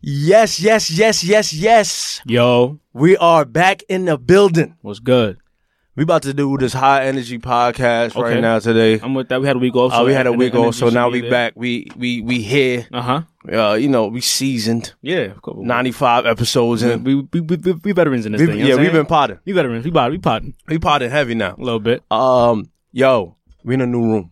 Yes, yes, yes, yes, yes. Yo, We are back in the building. what's good? We about to do this high energy podcast right Okay. now today. I'm with that. We had a week off. Uh, we had a week off, so now we back. back. We we we here. Uh huh. Uh, you know, we seasoned. Yeah. Of course. Ninety five episodes in. we, we, we, we, we veterans in this We- thing. yeah, we've been potting. we veterans. We potting. We potting We potting heavy now. a little bit. Um, yo, we in a new room.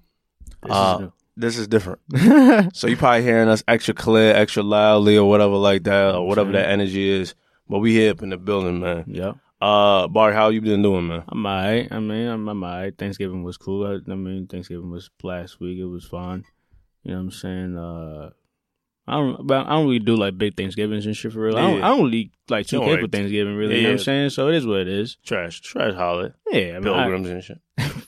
This Uh, This is different. so you probably hearing us extra clear, extra loudly, or whatever like that, or whatever that energy is. But we here up in the building, man. yeah. Uh, Barry, how you been doing, man? I'm alright. I mean, I'm, I'm alright. Thanksgiving was cool. I, I mean, Thanksgiving was last week. It was fun. You know what I'm saying? Uh, I don't. But I don't really do like big Thanksgivings and shit for real. I, don't, Yeah. I don't really like two Don't kids like- with Thanksgiving. Really, you Yeah. know what I'm saying? So it is what it is. Trash, trash, holiday, Yeah, I mean, I, pilgrims and shit.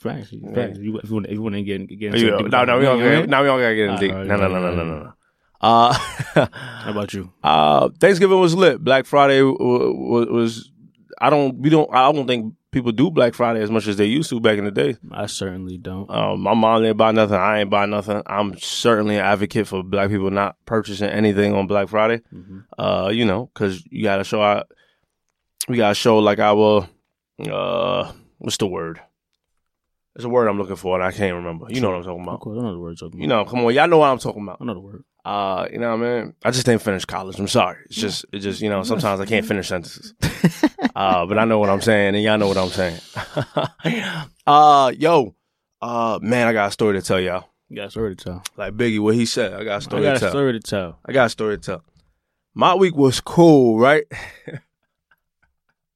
facts, facts. You, if you want, if you want to get get into Yeah, a deep no, no, we don't. topic, you know what I Get, mean? no, we don't gotta get in All deep. right, Ah, No, no, no, no, no, no. no. Uh, How about you? uh, Thanksgiving was lit. Black Friday was, was. I don't. We don't. I don't think people do Black Friday as much as they used to back in the day. I certainly don't. Um, my mom didn't buy nothing. I ain't buy nothing. I'm certainly an advocate for black people not purchasing anything on Black Friday. Mhm. Uh, you know, because you gotta show our, we gotta show like our, uh, what's the word? It's a word I'm looking for, and I can't remember. You know what I'm talking Of about? course, I know the words. You know, come on, y'all know what I'm talking about. I know the word. Uh, you know what I mean? I just didn't finish college. I'm sorry. It's just, it just, you know, sometimes I can't finish sentences. uh, but I know what I'm saying, and y'all know what I'm saying. uh, yo, uh, man, I got a story to tell y'all. You got a story to tell. Like Biggie, what he said, I got a story I got to a tell. story to tell. I got a story to tell. My week was cool, right?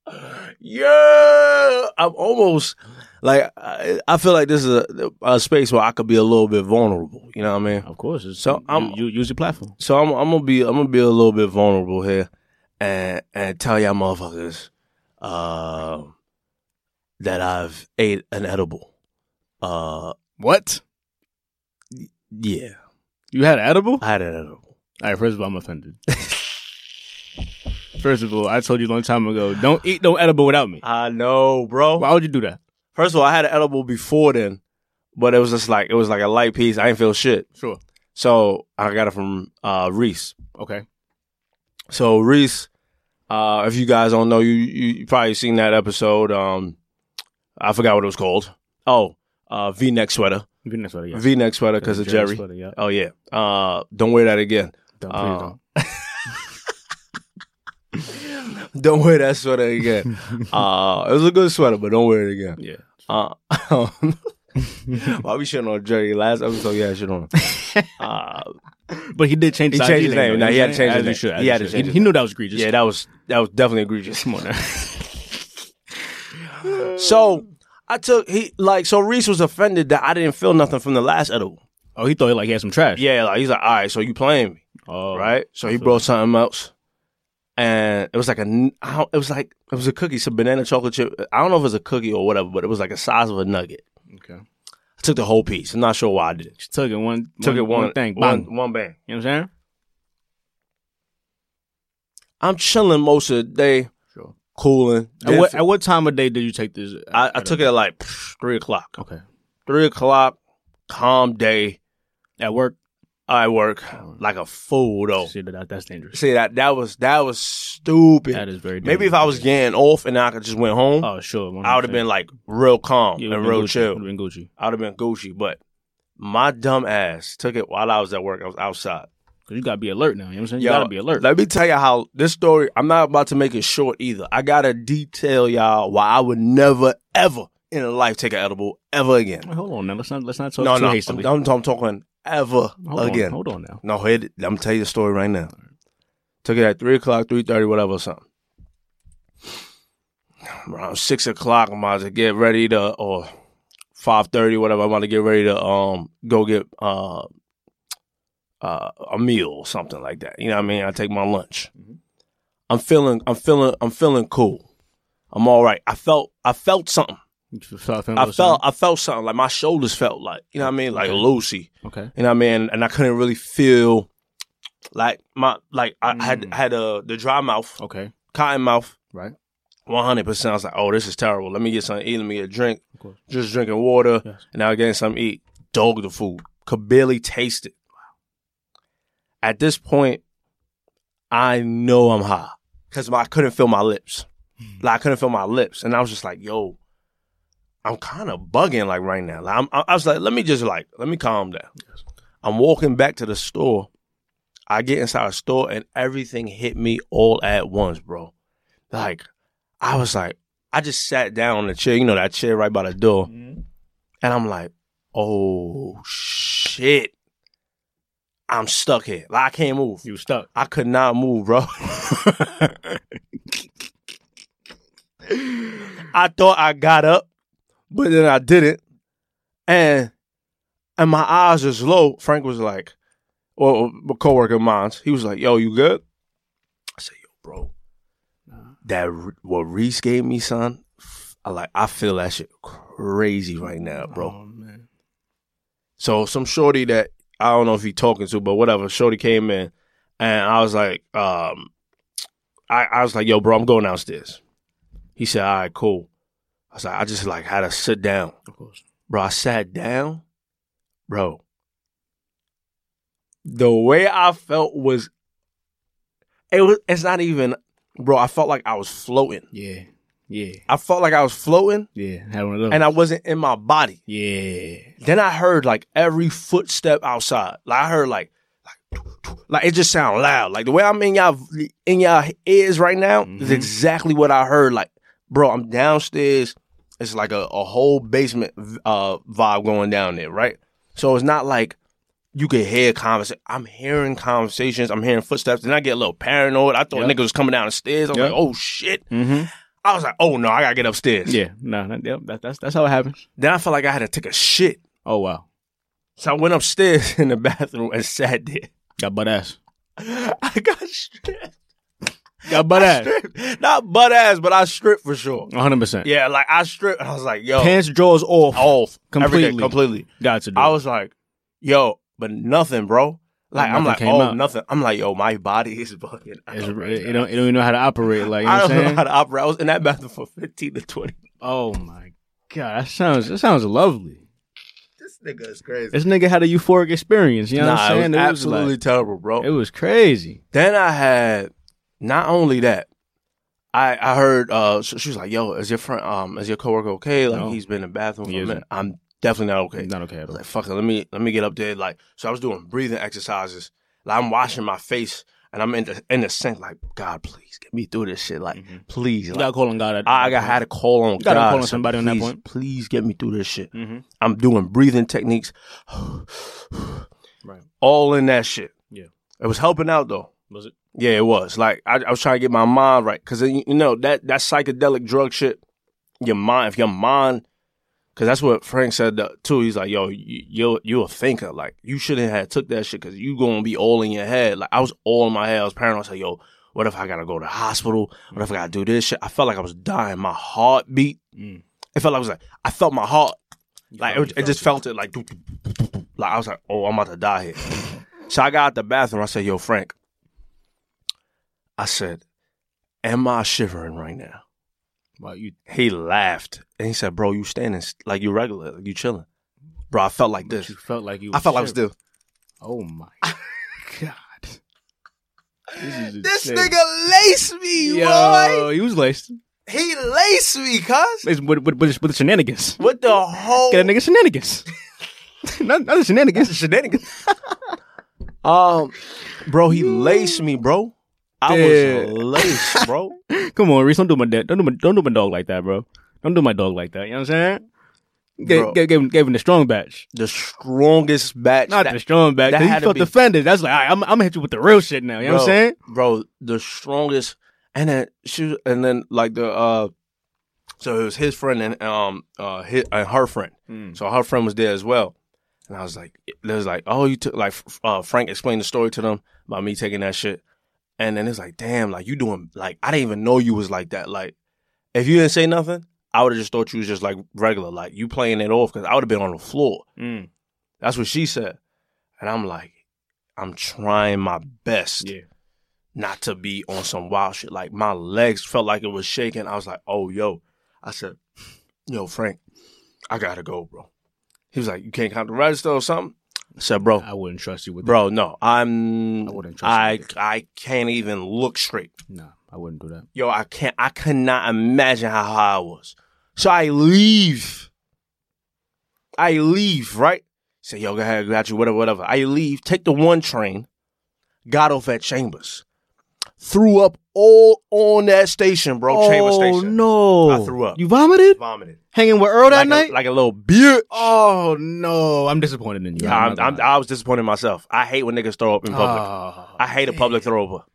yeah, I'm almost like I, I feel like this is a, a space where I could be a little bit vulnerable. You know what I mean? Of course. It's, So, you- I'm- you, use your platform. So I'm, I'm gonna be I'm gonna be a little bit vulnerable here, and and tell y'all motherfuckers, uh, that I've ate an edible. Uh, What? yeah, You had edible? I had an edible. All right. First of all, I'm offended. first of all, I told you a long time ago, don't eat no edible without me. I know, bro. Why would you do that? First of all, I had an edible before then, but it was just like it was like a light piece. I didn't feel shit, Sure. so I got it from uh, Reese. Okay. So Reese, uh, if you guys don't know, you, you you probably seen that episode. Um, I forgot what it was called. Oh, uh, V-neck sweater, You can next one, yeah. V-neck sweater because of Jerry. Sweater, yeah. Oh yeah, uh, don't wear that again. Don't, Uh, please don't. Don't wear that sweater again. uh, it was a good sweater, but don't wear it again. Yeah. Uh, why we shitting on Jerry? Last episode, yeah, shit on. him. Uh, But he did change He his changed IG his name. though, Nah, he you know had to what change his I'm saying? name. As should, as He had to should. change He, his he knew that was egregious. yeah, that was that was definitely egregious. Come on now. So I took he like so Reese was offended that I didn't feel nothing from the last edible. Oh, he thought like he had some trash. Yeah, like he's like, all right, so you playing me, Oh. right? So he brought something else, and it was like a n- I don't- it was like it was a cookie, some banana chocolate chip. I don't know if it was a cookie or whatever, but it was like a size of a nugget. Okay. I took the whole piece. I'm not sure why I did. it. Took it one. Took it one, thing. one, Bang. one bang. You know what I'm saying? I'm chilling most of the day, Sure. cooling. At what, at what time of day did you take this? uh, I, I took it at like pff, three o'clock. Okay. Three o'clock, calm day. At work. I work like oh. a fool though. See that that's dangerous. See that that was that was stupid. That is very. dangerous. Maybe if I was getting off and I could just went home, Oh sure. I would have been like real calm and real chill. Would have been Gucci. I would have been Gucci, but my dumb ass took it while I was at work. I was outside. Cause you gotta be alert now. You know what I'm saying? You Yo, gotta be alert. Let me tell you how this story. I'm not about to make it short either. I gotta detail y'all why I would never ever in life take an edible ever again. Wait, hold on now. Let's not let's not talk No, too no, I'm, hastily. I'm- I'm talking ever hold again. On, hold on now. No, hit it. I'm gonna tell you the story right now. Took it at three o'clock, three thirty, whatever, something. Around six o'clock, I'm about to get ready to, or five thirty, whatever. I'm about to get ready to um go get uh uh a meal or something like that. You know what I mean? I take my lunch. Mhm. I'm feeling, I'm feeling, I'm feeling cool. I'm all right. I felt, I felt something. You just felt a I little felt, I felt something. Like my shoulders felt like, you know what I mean? Like Lucy. something? Okay. You know what I mean? And I couldn't really feel like my like I had Mm. had uh the dry mouth, Okay. cotton mouth, Right. one hundred percent. I was like, oh, this is terrible. Let me get something to eat. Let me get a drink. Of course. Just drinking water, Yes. and I was getting something to eat. Dog the food could barely taste it. At this point, I know I'm high because I couldn't feel my lips. Like I couldn't feel my lips, and I was just like, "Yo, I'm kind of bugging like right now." Like, I'm, I I was like, "Let me just like let me calm down." I'm walking back to the store. I get inside the store, and everything hit me all at once, bro. Like I was like, I just sat down on the chair, you know that chair right by the door, Mm-hmm. and I'm like, "Oh shit." I'm stuck here. Like I can't move. You stuck. I could not move, bro. I thought I got up, but then I didn't. And and my eyes was low. Frank was like, or a coworker of mine, he was like, yo, you good? I said, yo, bro, that r- what Reese gave me, son, I like I feel that shit crazy right now, bro. Oh, man. So some shorty that I don't know if he talking to, but whatever. Shorty came in, and I was like, um, I, I was like, yo, bro, I'm going downstairs. He said, all right, cool. I was like, I just like had to sit down, Of course. bro. I sat down, bro. The way I felt was, it was. It's not even, bro. I felt like I was floating. Yeah. Yeah. I felt like I was floating, Yeah. Had one of those. and I wasn't in my body. yeah. Then I heard like every footstep outside. Like I heard like like like it just sound loud. Like the way I'm in y'all in y'all ears right now is Mhm. exactly what I heard. Like, bro, I'm downstairs. It's like a, a whole basement uh vibe going down there, right? So it's not like you could hear conversation. I'm hearing conversations. I'm hearing footsteps. Then I get a little paranoid. I thought Yep. niggas was coming down the stairs. I'm Yep. like, oh shit. Mm-hmm. I was like, oh no, I gotta get upstairs. Yeah. No. That, yep, that, that's that's how it happens. Then I felt like I had to take a shit. Oh wow. So I went upstairs in the bathroom and sat there. Got butt ass. I got stripped. Got butt ass. Stripped. Not butt ass, but I stripped for sure. One hundred percent. Yeah, like I stripped. And I was like, yo, Pants drawers off. off Completely. everything, completely. Got to do. I was like, yo, but nothing, bro. Like I'm Nothing like, came oh, out. nothing. I'm like, yo, my body is bugging. out It's, right it, now. don't, it don't even know how to operate. Like you know I what I'm don't know saying. how to operate. I was in that bathroom for 15 to 20. Oh my god. That sounds that sounds lovely. This nigga is crazy. This nigga had a euphoric experience. You know nah, what I'm saying? it was absolutely like- terrible, bro. it was crazy. Then I had not only that, I I heard uh sh- she was like, "Yo, is your friend um is your coworker okay? Like No. he's been in the bathroom for He a isn't. minute. I'm definitely not okay. Not okay I at was all. like, fuck it, let me let me get up there. Like so, I was doing breathing exercises. Like I'm washing my face and I'm in the in the sink. Like God, please get me through this shit. Like Mhm. please, You like, gotta call on God. at- I got had to call on gotta God. call on son, somebody on that please, point. Please get me through this shit. Mhm. I'm doing breathing techniques, Right. all in that shit. Yeah. it was helping out though. Was it? Yeah, it was. Like I, I was trying to get my mind right because you you know that that psychedelic drug shit. Your mind, if your mind, because that's what Frank said uh, too. He's like, "Yo, you you you a thinker. Like you shouldn't have took that shit because you gonna be all in your head. Like I was all in my head. I was paranoid. I was like, yo, what if I gotta go to the hospital? What if I gotta do this shit? I felt like I was dying. My heart beat. Mm. It felt like I was like I felt my heart. You Like felt- it, you it just felt it like, doo- doo- doo- doo- doo. like I was like, oh, I'm about to die here. so I got out the bathroom. I said, yo, Frank. I said, am I shivering right now? felt- Wow, you He laughed and he said, bro, you standing s- like you regular, like you chilling. Bro, I felt like this. you felt like you. I felt like I was shivering. still. Oh my god. This, is This insane. nigga laced me, boy. Yo, he was laced. He laced me, cuz. Laced with, with, with, with shenanigans. What the whole Get a nigga shenanigans. not, not the shenanigans. shenanigans. um, bro, he laced me, bro. I Dude. was laced, bro. Come on, Reese. Don't do my dad. Don't do my, don't do my dog like that, bro. Don't do my dog like that. You know what I'm saying? Bro. Gave, gave, gave, him, gave him the strong batch. the strongest batch. Not that- the strong batch. that 'cause had He to felt be- defended. That's like, all right, I'm, I'm going to hit you with the real shit now. You know what I'm Bro. saying? bro, the strongest. And then she, was- and then like the uh, so it was his friend and um uh his, and her friend. Mm. So her friend was there as well. And I was like, there was like, oh, you took like f- uh, Frank explained the story to them about me taking that shit. And then it's like, damn, like you doing like I didn't even know you was like that. Like if you didn't say nothing, I would have just thought you was just like regular, like you playing it off because I would have been on the floor. Mm. That's what she said. And I'm like, I'm trying my best Yeah. not to be on some wild shit. Like my legs felt like it was shaking. I was like, oh yo. I said, yo, Frank, I gotta go, bro. He was like, you can't come to register or something? I said, bro, I wouldn't trust you with Oh. bro, no, I'm. I wouldn't trust I you. I can't even look straight. No, I wouldn't do that. Yo, I can't. I could not imagine how high I was. So I leave. I leave. Right. Say, yo, go ahead, got you. Whatever, whatever. I leave. Take the one train. Got off at Chambers. Threw up all on that station, bro. Chambers station. Oh, no! I threw up. You vomited Vomited. hanging with Earl like A, like a little bitch. oh no! I'm disappointed in you. Yeah, I'm, I'm, I was disappointed in myself. I hate when niggas throw up in public. I hate a public throw up.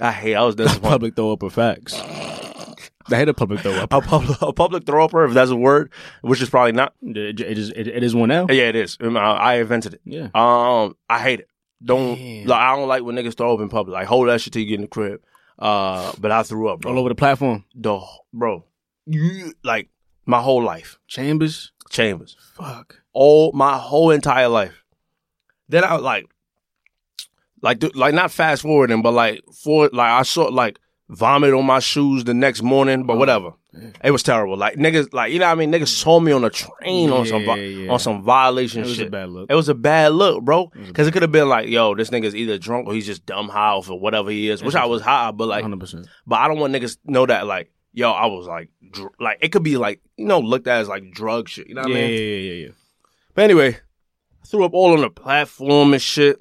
I hate. I was disappointed. Ah. public throw up or facts. I hate a public throw up. a public a public throw up, if that's a word, which is probably not. It, it is it, it is one L. Yeah, it is. Um, I, I invented it. Yeah. Um, I hate it. Don't Damn. like. I don't like when niggas throw up in public. Like hold that shit till you get in the crib. Uh, but I threw up, All bro. over the platform. The, bro, you like my whole life, Chambers. Chambers. Fuck. all my whole entire life. Then I like, like, do- like not fast forwarding, but like for like I saw like vomit on my shoes the next morning, Oh, but whatever. It was terrible. Like niggas, like you know what I mean. Niggas saw me on a train on some vi- Yeah, yeah. on some violation It was shit. a bad look. It was a bad look, bro. Because it could have been like, yo, this nigga's either drunk or he's just dumb high off or whatever he is. Which I was high, but like, Hundred percent. but I don't want niggas to know that like, yo, I was like, dr- like it could be like you know looked at as like drug shit. You know what Yeah, I yeah, mean? yeah, yeah, yeah. But anyway, I threw up all on the platform and shit.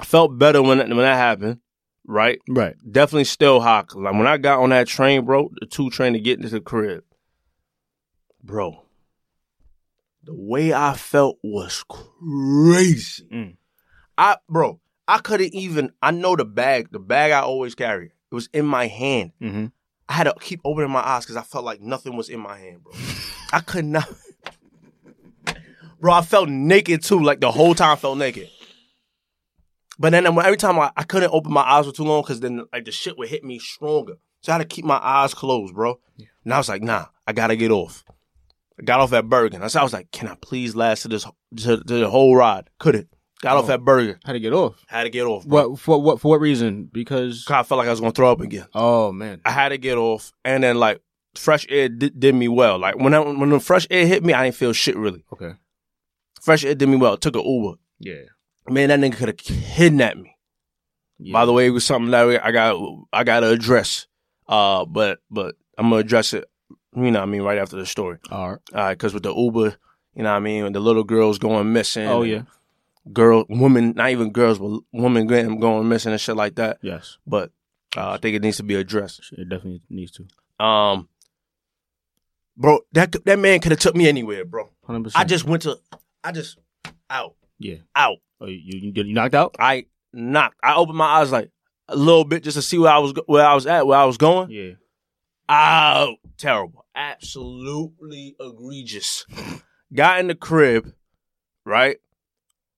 I felt better when that, when that happened, right? Right. Definitely still hot. 'cause, Like when I got on that train, bro, the two train to get into the crib, bro. The way I felt was crazy. Mm. I, bro, I couldn't even. I know the bag, the bag I always carry. It was in my hand. Mm-hmm. I had to keep opening my eyes because I felt like nothing was in my hand, bro. I could not. Bro, I felt naked too. Like the whole time I felt naked. But then when- every time I, I couldn't open my eyes for too long because then like the shit would hit me stronger. So I had to keep my eyes closed, bro. And I was like, nah, I gotta get off. I got off at Bergen. I said, I was like, can I please last to this to, to the whole ride? Couldn't. Got off at Bergen. How to get off? Had to get off, bro. What for? What for? What reason? Because 'Cause I felt like I was gonna throw up again. oh man, I had to get off, and then like fresh air did, did me well. Like when I, when the fresh air hit me, I didn't feel shit really. okay, Fresh air did me well. Took an Uber. yeah. Man, that nigga could have kidnapped me. yeah. By the way, it was something that we- I got I got to address. Uh, but but I'm gonna address it. You know what I mean right after the story. all right. All right, because with the Uber, you know what I mean when the little girls going missing. Oh yeah, girl, women, not even girls, but women getting- going missing and shit like that. yes. But uh, I think it needs to be addressed. It definitely needs to. Um, bro, that that man could have took me anywhere, bro. Hundred percent. I just went to, I just out, yeah. out. Oh, you, you you knocked out? I knocked. I opened my eyes like a little bit just to see where I was go- where I was at, where I was going. Yeah. Out, terrible, absolutely egregious. Got in the crib, right?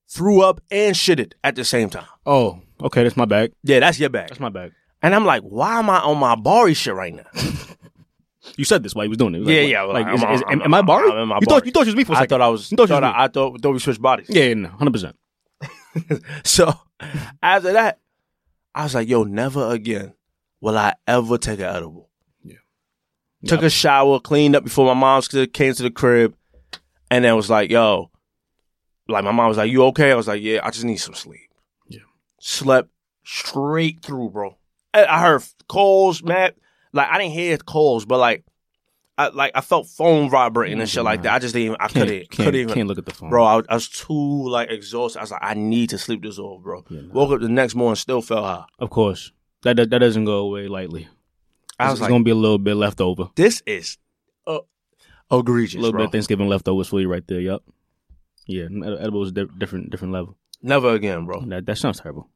Threw up and shitted at the same time. Oh, okay. That's my bag. Yeah, that's your bag. That's my bag. And I'm like, why am I on my Bari shit right now? You said this while he was doing it. It was Yeah, what- yeah, Like, I'm- is, I'm- is, am, I'm- am I Barry? I'm in my you bar. thought you thought it was me for a I second. thought I was. You thought you Thought was I, I thought thought we switched bodies. yeah, no, hundred percent. So after that, I was like, yo, never again will I ever take an edible. Yeah. Took a shower, cleaned up before my mom came to the crib, and then was like, yo, like my mom was like, you okay? I was like, yeah, I just need some sleep. Yeah. Slept straight through, bro. I, I heard calls, man. Like I didn't hear calls, but like, I like I felt phone vibrating and shit like that. I just didn't. Even, I Can't, couldn't. can't, Couldn't even can't look at the phone, bro. I was, I was too like exhausted. I was like, I need to sleep this off, bro. Yeah, nah. Woke up the next morning, still felt high. Of course, that that, that doesn't go away lightly. I was it's like, gonna be a little bit left over. this is uh, egregious, A little bro. bit of Thanksgiving leftovers for you right there. Yup. Yeah, n- edible is di- different different level. Never again, bro. That that sounds terrible.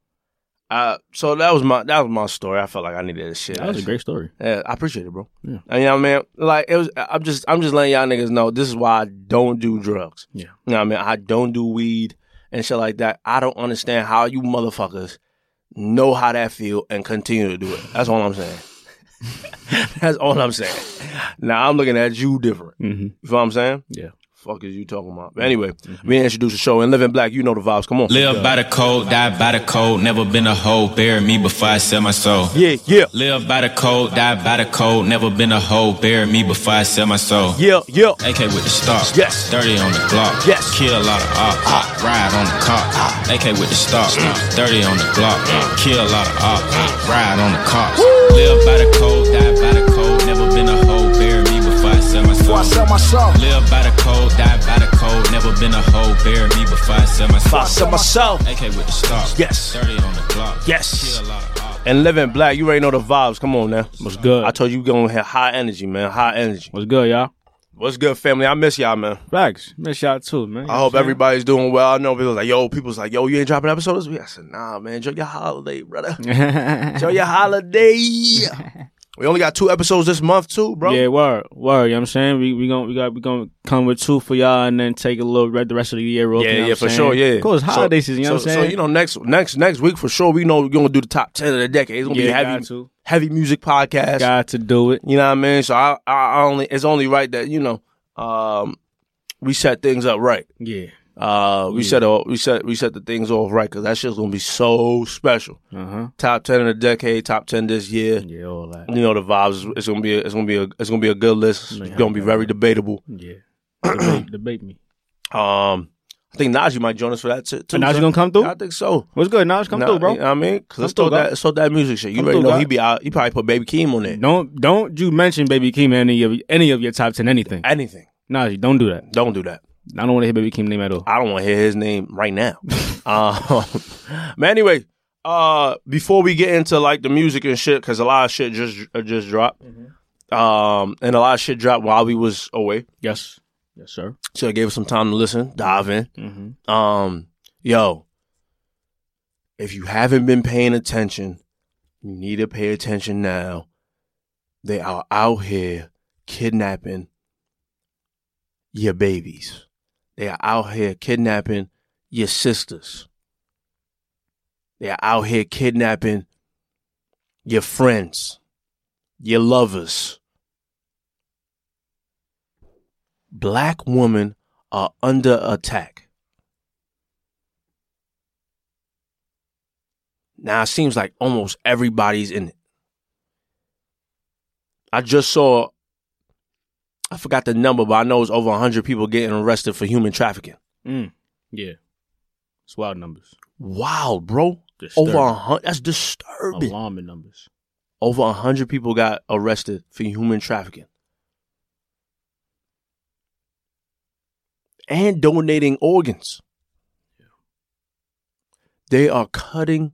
Uh, so that was my that was my story. I felt like I needed this shit. That was a great story. Yeah, I appreciate it, bro. Yeah. And you know what I mean? Like it was I'm just I'm just letting y'all niggas know this is why I don't do drugs. Yeah. You know what I mean? I don't do weed and shit like that. I don't understand how you motherfuckers know how that feel and continue to do it. That's all I'm saying. That's all I'm saying. Now I'm looking at you different. Mm-hmm. You feel what I'm saying? Yeah. fuck is you talking about? But anyway, we introduce the show and live in black. You know the vibes. Come on. Live by the code, die by the code. Never been a hoe, bury me before I sell my soul. Yeah, yeah, Live by the code, die by the code. Never been a hoe, bury me before I sell my soul. yeah, yeah. AK with the stars. Yes. 30 on the Glock. Yes. Kill a lot of ops. Ride on the cop. AK with the stars. 30 on the Glock. Kill a lot of ops. Ride on the cops. Live by the code, die by the code. Never been a hoe, bury me before I sell my soul. I sell my soul. Live by the code, die by the code. Never been a hoe, bury me before I sell my soul. I sell myself. AK with the stars. Yes. 30 on the Glock. Yes. Kill a lot of ops. And live in black. You already know the vibes. Come on now. What's good? I told you we gonna have high energy, man. High energy. What's good, y'all? What's good, family? I miss y'all, man. Facts. Miss y'all too, man. I hope everybody's doing well. I know people like, yo, people's like, yo, you ain't dropping episodes this week. I said, nah, man, enjoy your holiday, brother. everybody. Enjoy your holiday. we only got two episodes this month, too, bro. Yeah, word, word. You know what I'm saying? We we going we got we gonna come with two for y'all and then take a little re- the rest of the year off. Yeah, you know yeah, what I'm for saying? sure. Yeah, Of course, So- holiday season, you know so, what I'm saying? So you know, next next next week for sure, we know we're gonna do the top ten of the decade. It's gonna yeah, be heavy, got to. heavy music podcast. Got to do it. You know what I mean? So I, I I only it's only right that you know, um, we set things up right. Yeah. Uh, we set all, we set we set the things off right because that shit's gonna be so special. Uh huh. Top ten of the decade, top ten this year. Yeah, all that. You know the vibes. It's gonna be a, it's gonna be a, it's gonna be a good list. It's gonna be very debatable. Yeah. debate, debate me. Um, I think Najee might join us for that t- too. And Naj son. gonna come through? I think so. What's good, Naj? Come Nah, through, You bro. know what I mean, cause let's Come throw through, that, let's throw that music shit. You Come already through, know God. he be out. He probably put Baby Keem on it. Don't don't you mention Baby Keem in any of any of your top ten anything. Anything. Najee, don't do that. Don't do that. I don't want to hear Baby Keem name at all. I don't want to hear his name right now. um, but anyway, uh, before we get into like the music and shit, because a lot of shit just uh, just dropped, um, and a lot of shit dropped while we was away, Yes. Yes, sir. so it gave us some time to listen, dive in. Mm-hmm. Um, yo, if you haven't been paying attention, you need to pay attention now. They are out here kidnapping your babies. They are out here kidnapping your sisters. They are out here kidnapping your friends, your lovers. Black women are under attack. Now it seems like almost everybody's in it. I just saw, I forgot the number, but I know it's over 100 people getting arrested for human trafficking. Mm. Yeah. It's wild numbers. Wow, bro. Disturbing. Over 100. That's disturbing. Alarming numbers. Over 100 people got arrested for human trafficking. And donating organs. They are cutting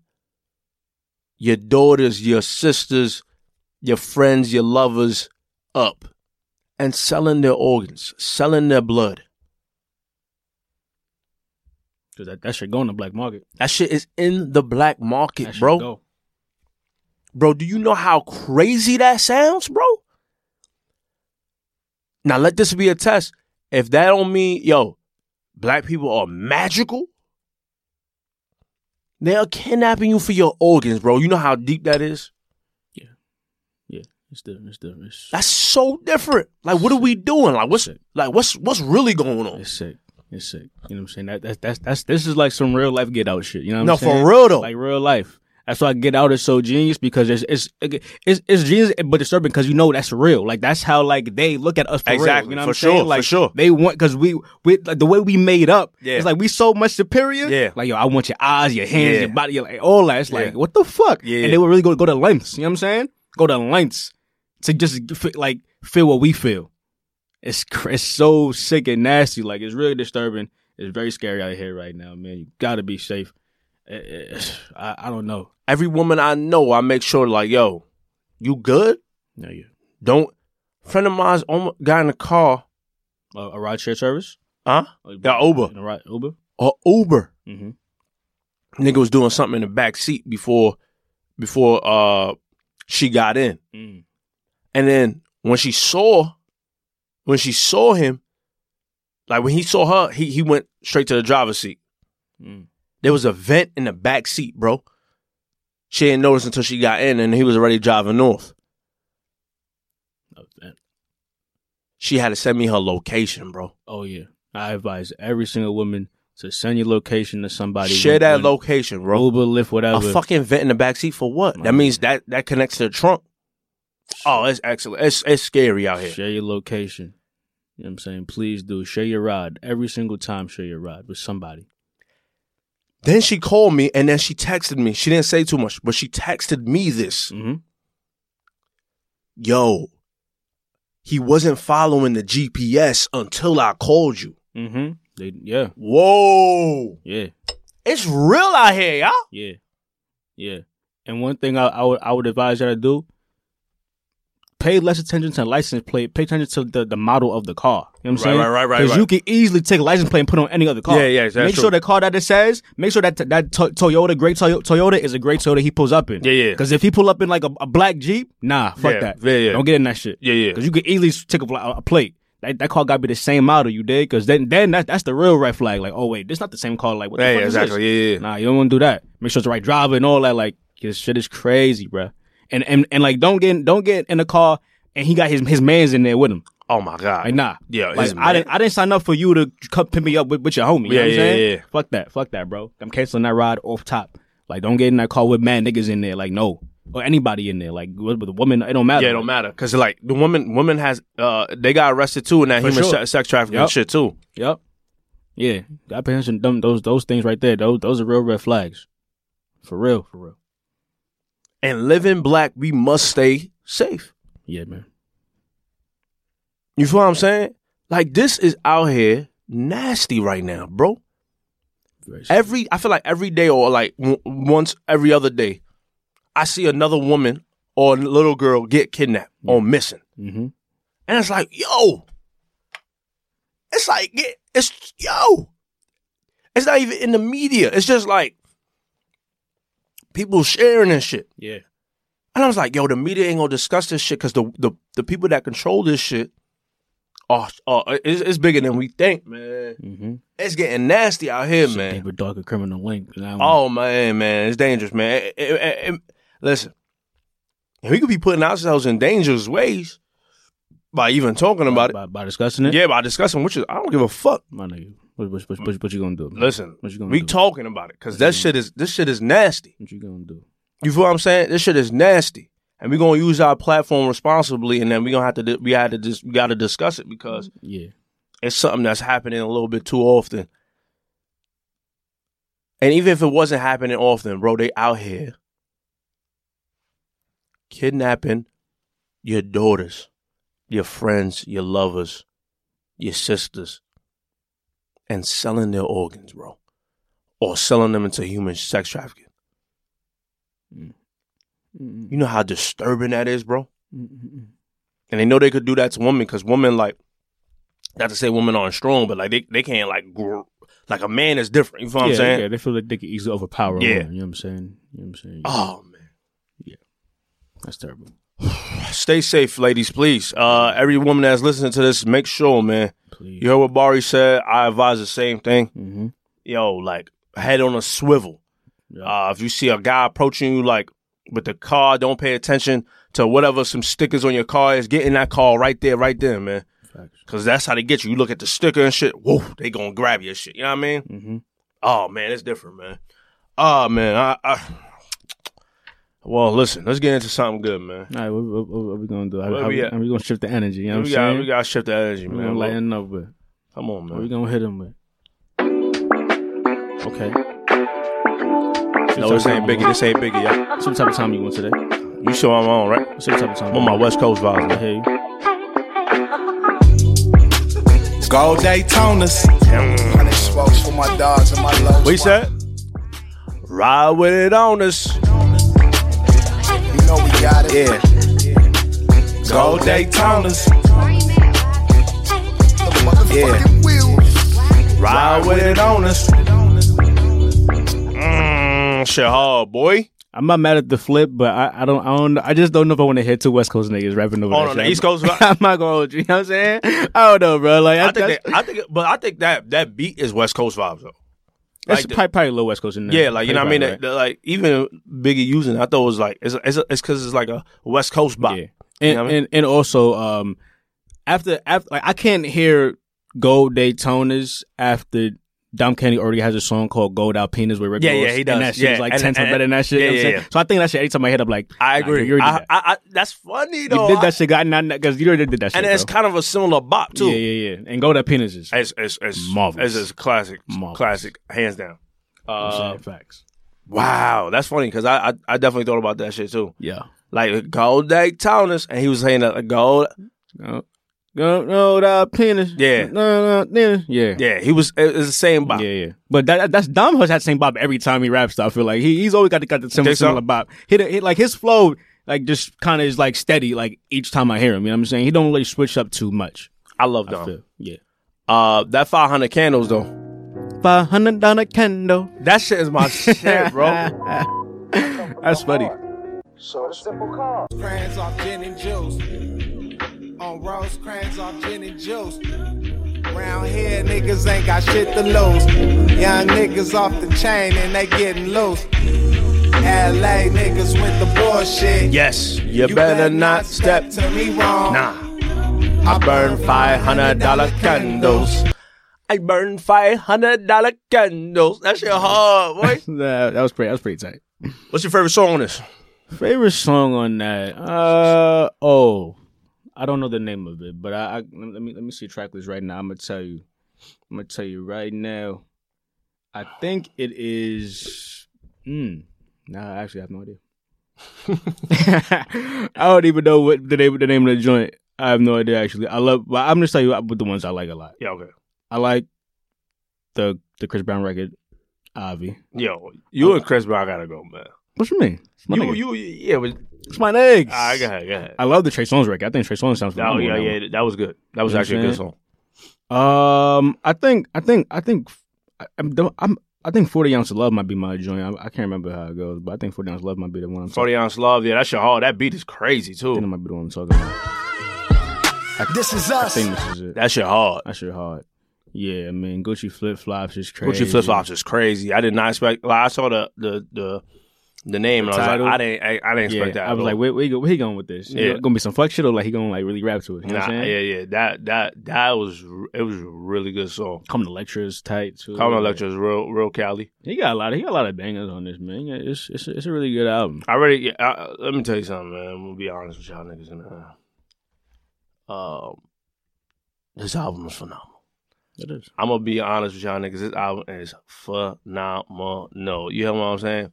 your daughters, your sisters, your friends, your lovers up and selling their organs, selling their blood. Cause that, that shit go in the black market. That shit is in the black market, That shit bro. go. Bro, do you know how crazy that sounds, bro? Now let this be a test. If that don't mean, yo, black people are magical, they are kidnapping you for your organs, bro. You know how deep that is? Yeah, it's different. It's different. It's, That's so different. Like, what are we doing? Like, what's like what's what's really going on? it's sick. It's sick. You know what I'm saying? That, that's that's that's this is like some real life get out shit. You know what No, I'm saying? for real though. Like real life. That's why get out is so genius because it's it's it's, it's genius but disturbing because you know that's real. Like that's how like they look at us for real. Exactly, You know for what sure, I'm saying? for Like sure. they want because we we like, the way we made up. Yeah. it's like we so much superior. Yeah. like yo, I want your eyes, your hands, Yeah. your body, your, like, all that. It's Yeah. like what the fuck? Yeah. and they would really go go to lengths. You know what I'm saying? Go to lengths to just f- like feel what we feel. It's cr- it's so sick and nasty. Like it's really disturbing. It's very scary out here right now, man. You gotta be safe. Eh, eh, I, I don't know. Every woman I know, I make sure, like, yo, you good? No, you Don't friend of mine's almost got in the car. a, a ride share service? Huh? Yeah, Uber. A ride, Uber. Or Uber. Mm-hmm. nigga was doing something in the back seat before before uh she got in. Mm. And then when she saw when she saw him, like when he saw her, he he went straight to the driver's seat. Mm. There was a vent in the back seat, bro. She didn't notice until she got in and he was already driving off. Oh, that- She had to send me her location, bro. oh, yeah. I advise every single woman to send your location to somebody. Share when- that when location, bro. Uber, Lyft, A whatever. fucking vent in the backseat for what? My that means that that connects to the trunk. Oh, it's excellent. It's it's scary out here. Share your location. You know what I'm saying? Please do. Share your ride. Every single time, share your ride with somebody. Then she called me and then she texted me. She didn't say too much, but she texted me this. Mm-hmm. Yo, he wasn't following the GPS until I called you. Mm-hmm. They, yeah. Whoa. Yeah. It's real out here, y'all. Yeah. Yeah. And one thing I, I would I would advise y'all to do, pay less attention to license plate, pay attention to the, the model of the car. You know what I'm Right, saying? right, right, right, Because right. you can easily take a license plate and put it on any other car. Yeah, yeah, that's Make true. sure the car that it says, make sure that that to- Toyota, great Toyo- Toyota is a great Toyota he pulls up in. Yeah, yeah. Because if he pull up in like a, a black Jeep, nah, fuck Yeah, that. yeah, yeah. Don't get in that shit. Yeah, yeah. Because you could easily take a, pla- a plate. That, that car got to be the same model you did. Because then then that, that's the real red flag. Like, oh wait, this not the same car. Like, what the Yeah, fuck yeah, is this? exactly. Yeah, yeah, yeah. Nah, you don't want to do that. Make sure it's the right driver and all that. Like this shit is crazy, bruh. And and and like don't get don't get in the car and he got his his man's in there with him. Oh my god. Like nah, Yeah, his Like man. I didn't I didn't sign up for you to come pimp me up with, with your homie. You Yeah, know what I'm yeah, saying? yeah, yeah. Fuck that, fuck that, bro. I'm canceling that ride off top. Like don't get in that car with mad niggas in there. Like no, or anybody in there. Like with with a woman, it don't matter. Yeah, it don't matter because like the woman, woman has uh, they got arrested too in that For human sure. se- sex trafficking Yup. shit too. Yep. Yeah, got to pay attention. to Them those those things right there. Those those are real red flags. For real, for real. And living black, we must stay safe. Yeah, man. You feel what I'm saying? Like this is out here nasty right now, bro. Very serious. Every I feel like every day or like w- once every other day, I see another woman or little girl get kidnapped or missing, Mhm. and it's like yo, it's like it- it's yo, it's not even in the media. It's just like people sharing and shit. Yeah. And I was like, yo, the media ain't gonna discuss this shit because the, the the people that control this shit are, are it's, it's bigger than we think, man. Mm-hmm. It's getting nasty out here, Shit, man. They were darker criminal link. and I don't- Oh man, man, it's dangerous, man. It- it- it- it- listen, we could be putting ourselves in dangerous ways by even talking about it. by, by discussing it. Yeah, by discussing which is I don't give a fuck. my nigga. What, what, what, what, what you gonna do? man? Listen, what you gonna we do? talking about it because that shit is this shit is nasty. What you gonna do? You feel what I'm saying? This shit is nasty, and we're gonna use our platform responsibly, and then we gonna have to di- we had to just we gotta discuss it because Yeah, it's something that's happening a little bit too often. And even if it wasn't happening often, bro, they out here kidnapping your daughters, your friends, your lovers, your sisters, and selling their organs, bro, or selling them into human sex trafficking. You know how disturbing that is, bro? Mm, And they know they could do that to women because women like not to say women aren't strong, but like they, they can't like gr- like a man is different. You feel what yeah, I'm saying? yeah, they feel like they can easily overpower. Yeah. Yeah, you know what I'm saying. You know what I'm saying. Oh man. That's terrible. Stay safe, ladies, please. Uh every woman that's listening to this, make sure, man. Please. You heard what Bari said. I advise the same thing. Mm-hmm. Yo, like head on a swivel. Uh if you see a guy approaching you like with the car, don't pay attention to whatever some stickers on your car is. Get in that car right there, right there, man. Facts. Cause that's how they get you. You look at the sticker and shit, whoa, they gonna grab your shit. You know what I mean? Mm-hmm. Oh man, it's different, man. Oh man, I, I well listen, let's get into something good, man. All right, what, what, what, what we gonna do? How, Where how, we we, at? how we gonna shift the energy? You know what we I'm got saying? we gotta shift the energy, What we man. gonna lighten up with. Come on, What man. we gonna hit him with? Okay. No, this ain't biggie. This ain't biggie. Y'all. Some type of time you want today? You sure I'm on, right? Some type of time. I'm on my West Coast vibes, man. Hey. Gold Daytonas. Hundred smokes for my dogs and my loves. What you said? Ride with it on us. You know we got it. Yeah. Gold Daytonas. Yeah. Motherfucking wheels. Ride with it on us. Mm, shit hard, boy. I'm not mad at the flip, but I, I don't I don't I just don't know if I want to hit two West Coast niggas rapping over Oh, that no, shit. the East Coast vibe. I'm not gonna hold you. You know what I'm saying? I don't know, bro. Like I, I think that's, that, I think, it- but I think that that beat is West Coast vibes though. that's like the- probably, probably a little West Coast in there. Yeah, like you know what I Probably mean. right, The- the- like even Biggie using, it, I thought it was like it's it's it's because it's like a West Coast right. bop. Yeah. And, know what I mean? and and also um after after like I can't hear Gold Daytonas after Dom Kennedy already has a song called Gold Alpinas where Rick Yeah, Ross, yeah, he does. And that shit Yeah, is like and- ten times and- better than that shit. yeah, you know what I'm yeah, saying? yeah. So I think that's every time I hit up like I nah, agree. you already I, did that. I, I, that's funny You though. did that shit, God, not because you already did that shit. and it's bro. kind of a similar bop too. Yeah, yeah, yeah. And Gold Alpinas is It's it's it's Marvelous. It's, it's classic, Marvelous. classic, hands down. I'm Uh, saying facts. wow, that's funny because I, I I definitely thought about that shit too. Yeah. Like Gold Daytonas, and he was saying that Gold. Go, go, go, that penis. Yeah. No, no, no, yeah. Yeah, he was. It, it's the same bop. Yeah, yeah. But that, that's Dom has that same bop every time he raps. though, I feel like he, he's always got the, got the similar, Think so? similar bop. Hit, hit like his flow, like just kind of is like steady. Like each time I hear him, you know what I'm saying. He don't really switch up too much. I love I them. feel. Yeah. Uh, that five hundred candles though. Five hundred dollar candle. That shit is my shit, bro. That's funny. Crayons off gin and juice. On rose crayons off gin and juice. Round here, niggas ain't got shit to lose. Young niggas off the chain and they getting loose. LA niggas with the bullshit. Yes, you, better, not step. to me wrong. Nah, I burn five hundred dollar candles. I burn five hundred dollar candles. That shit hard, boy. that, that was pretty. That was pretty tight. What's your favorite song on this? Favorite song on that? Uh oh, I don't know the name of it, but I, I let me let me see track list right now. I'm gonna tell you. I'm gonna tell you right now. I think it is. Mm, nah, I actually have no idea. I don't even know what the name the name of the joint. I have no idea actually. I love. Well, I'm gonna tell you what the ones I like a lot. Yeah, okay. I like the the Chris Brown record, Avi. Yo, you and Chris Brown gotta go, man. What you mean? It's Oh. my You, nigga. you, yeah, but it's my legs. Ah, I got ahead, go ahead. I love the Trey Songz record. I think Trey Songz sounds. Oh phenomenal yeah, on that yeah, that was good. That was You know actually a what good I'm song. one. Um, I think, I think, I think, I, I'm, don't- I'm, I think Forty Ounce of Love might be my joint. I, I can't remember how it goes, but I think Forty Ounce of Love might be the one I'm talking. Forty ounce love, yeah, that shit hard. That beat is crazy I think it too. might be the one I'm talking about. This is I us. think this is it. That shit hard. That shit hard. Yeah, I mean Gucci flip flops is crazy. Gucci flip flops is crazy. I did not expect. Like, I saw the the the, the name and I was Title? like, I didn't I, I didn't Yeah, expect that. I was at like, all. where, where, he go- where he going with this? Yeah. Yeah, gonna be some flex shit or like he gonna like really rap to it? You know what nah, I'm yeah, saying? yeah. That that that was r- it was a really good song. Come to lectures tight too. Carmen Like, Electra is real real Cali. He got a lot. Of, he got a lot of bangers on this man. Yeah, it's it's a, it's a really good album. I already. Yeah, I, let me tell you something, man. I'm gonna be honest with y'all niggas. Man. Um, this album is phenomenal. It is. I'm gonna be honest with y'all niggas. This album is phenomenal. You hear what I'm saying?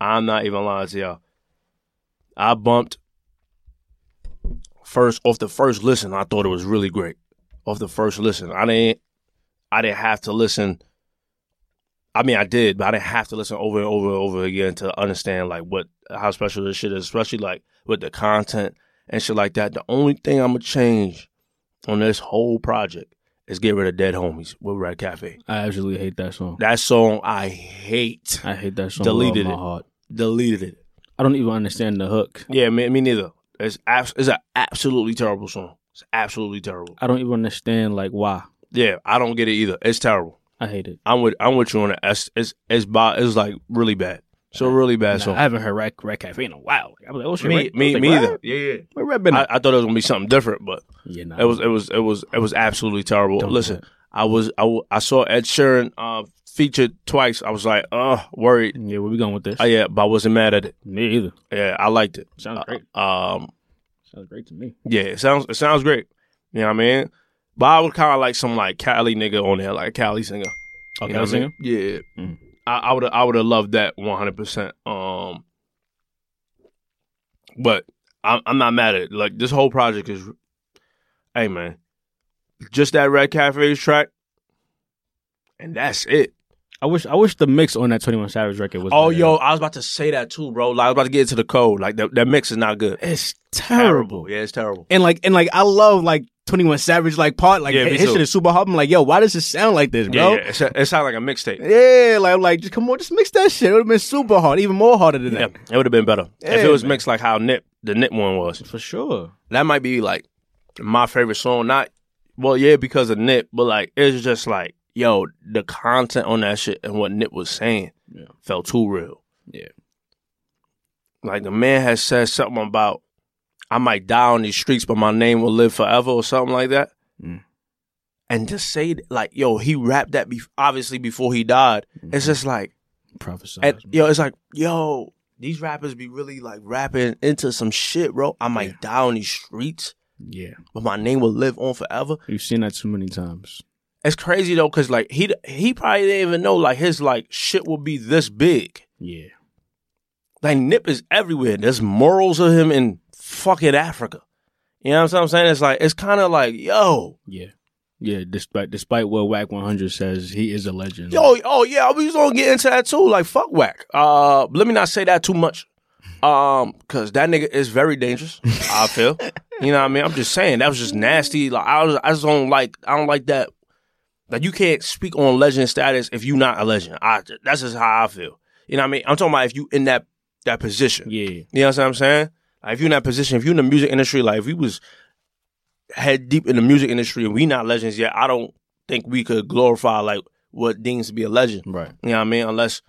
I'm not even lying to y'all. I bumped first off the first listen. I thought it was really great. Off the first listen, I didn't. I didn't have to listen. I mean, I did, but I didn't have to listen over and over and over again to understand like what how special this shit is, especially like with the content and shit like that. The only thing I'm gonna change on this whole project is get rid of Dead Homies with Red Cafe. I absolutely hate that song. That song I hate. I hate that song. Deleted Deleted my it. heart. Deleted it. I don't even understand the hook. Yeah, me, me neither. It's abs- it's an absolutely terrible song. It's absolutely terrible. I don't even understand like why. Yeah, I don't get it either. It's terrible. I hate it. I'm with I'm with you on it. It's it's it's, by, it's like really bad. So really bad Nah, song. I haven't heard Rat, Rat Cafe in a while. I was like, oh shit, me Rat- I was me, like, me Rat? either. Yeah, yeah. Where Rat been? I, at? I thought it was gonna be something different, but yeah, nah. it was it was it was it was absolutely terrible. Don't Listen, do I was I, w- I saw Ed Sheeran uh, featured twice. I was like, uh, worried. Yeah, where we going with this? Uh, yeah, but I wasn't mad at it. me either. Yeah, I liked it. Sounds great. Um, Sounds great to me. yeah, it sounds it sounds great. You know what I mean? But I would kind of like some like Cali nigga on there, like a Cali singer. You Okay, know I'll what I sing mean? him. Yeah, Mm. I, I would I would have loved that one hundred percent. Um, but I'm I'm not mad at it. like this whole project is. Hey man, just that Red Cafe track, and that's it. I wish I wish the mix on that Twenty One Savage record was. Oh better. yo, I was about to say that too, bro. Like I was about to get into the code. Like that, that mix is not good. it's terrible. Yeah, it's terrible. And like and like I love like Twenty One Savage like part like Yeah, me his too. shit is super hot. I'm like, yo, why does it sound like this, Yeah, bro? yeah. It's- It sounds like a mixtape. Yeah, like I'm like just come on, just mix that shit. It would have been super hard, even more harder than Yeah, that. it would have been better if it Yeah, was man. mixed like how Nip the Nip one was. For sure. That might be like my favorite song. Not well, yeah, because of Nip, but like it's just like yo, the content on that shit and what Nip was saying Yeah. felt too real. Yeah. like the man has said something about I might die on these streets, but my name will live forever or something like that. Mm. and to say th- like, yo, he rapped that bef obviously before he died. It's just like, Prophesize. and, yo, it's like, yo, these rappers be really like rapping into some shit, bro. I might die on these streets, yeah, but my name will live on forever. we've seen that too many times. It's crazy though, cause like he he probably didn't even know like his like shit will be this big. Yeah, Like Nip is everywhere. There's morals of him in fucking Africa. You know what I'm saying? It's like it's kind of like yo, yeah, yeah. Despite despite what Whack 100 says, he is a legend. yo, oh yeah, we was gonna get into that too. Like fuck whack. Uh, but let me not say that too much. Um, cause that nigga is very dangerous. I feel. you know what I mean? I'm just saying that was just nasty. Like I was, I just don't like I don't like that. Like you can't speak on legend status if you not a legend. I that's just how I feel. You know what I mean? I'm talking about if you in that that position. yeah, You know what I'm saying? Like if you're in that position, if you're in the music industry, like if we was head deep in the music industry and we not legends yet, I don't think we could glorify like what deems to be a legend. right. You know what I mean? Unless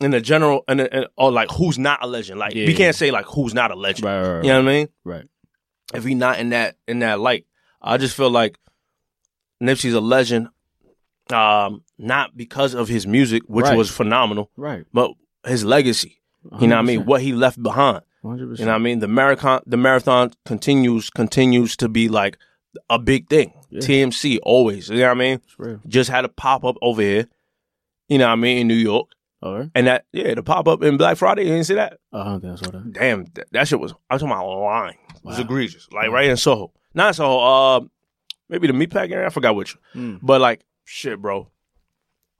in the general and, and or like who's not a legend. Like Yeah. we can't say like who's not a Right, legend. right, right. You know what I mean? right. If we not in that in that light, I just feel like Nipsey's a legend, um, not because of his music, which Right. was phenomenal, right. but his legacy. You know what I mean? What he left behind. 100%. You know what I mean? The marathon, the marathon continues continues to be like a big thing. Yeah. TMC always. You know what I mean? It's real. Just had a pop up over here. You know what I mean? In New York, All right. and that yeah, the pop up in Black Friday. You didn't see that? Uh, I don't think I saw that. Damn, that, that shit was. I'm talking about online. It was Wow. Mm. egregious. Like Wow. right in Soho, not Soho. Uh, maybe the Meatpack area. I forgot which. Mm. But like shit, bro.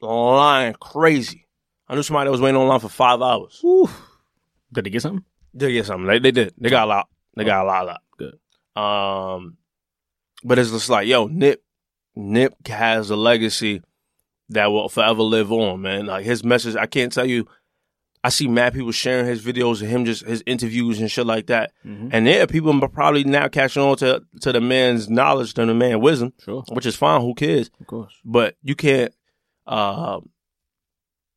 Line crazy. I knew somebody that was waiting online for five hours. Did they get something? They get something. They, they did. They got a lot. They got a lot, a lot. Good. Um, but it's just like, yo, Nip, Nip has a legacy that will forever live on, man. Like his message, I can't tell you. I see mad people sharing his videos and him just his interviews and shit like that. Mhm. And there, are people m- probably now catching on to to the man's knowledge, to the man's wisdom, Sure, which is fine. Who cares? of course. But you can't, uh,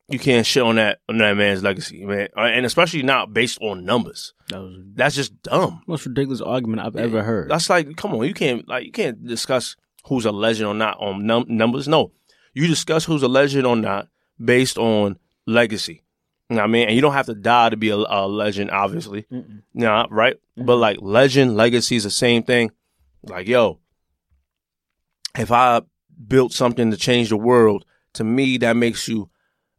you can't shit on that on that man's legacy, man. And especially not based on numbers That was the that's just dumb. most ridiculous argument I've ever heard. That's like, come on, you can't like you can't discuss who's a legend or not on num- numbers. No, you discuss who's a legend or not based on legacy. You know what I mean, and you don't have to die to be a, a legend, obviously. Mm-mm. Mm-hmm. Nah, right? But like legend, legacy is the same thing. Like, yo, if I built something to change the world, to me that makes you,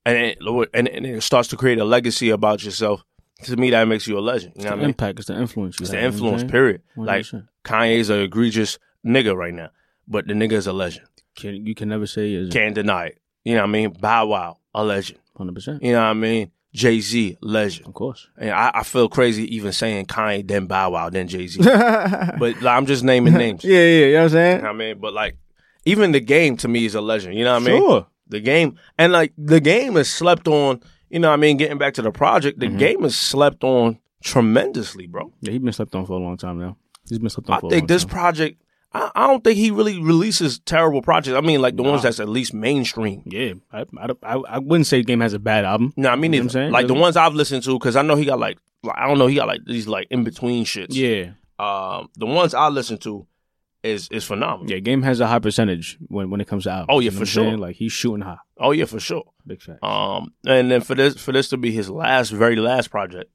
and it, and, and it starts to create a legacy about yourself. To me, that makes you a legend. You know the what I mean? impact is the influence. You It's have, the you know what influence, I'm saying? period. Like 100%. Kanye's an egregious nigga right now, but the nigga is a legend. Can, you can never say it's Can't deny it. You know what I mean? Bow Wow, a legend. 100%. You know what I mean? Jay Z, legend. Of course. And I, I feel crazy even saying Kanye, then Bow Wow, then Jay Z. but but like, I'm just naming names. yeah, yeah, you know what I'm You saying? know what I mean? But like, even the game to me is a legend. You know what I mean? Sure. The game, and like, the game is slept on. You know what I mean? Getting back to the project, Mm-hmm. the game is slept on tremendously, bro. Yeah, he's been slept on for a long time now. He's been slept on I for a think long this time. project, I, I don't think he really releases terrible projects. I mean, like the ones that's at least mainstream. yeah, I, I, don't- I, I wouldn't say Game has a bad album. No, I mean, You know what I'm neither. saying? like the Really? ones I've listened to, because I know he got like, like, I don't know, he got like these like in between shits. Yeah. Um, the ones I listen to is is phenomenal. Yeah, Game has a high percentage when, when it comes to albums. Oh, yeah, you know for what I'm saying? sure. Like, he's shooting high. Oh yeah, for sure. Big fact. Um, and then for this for this to be his last, very last project,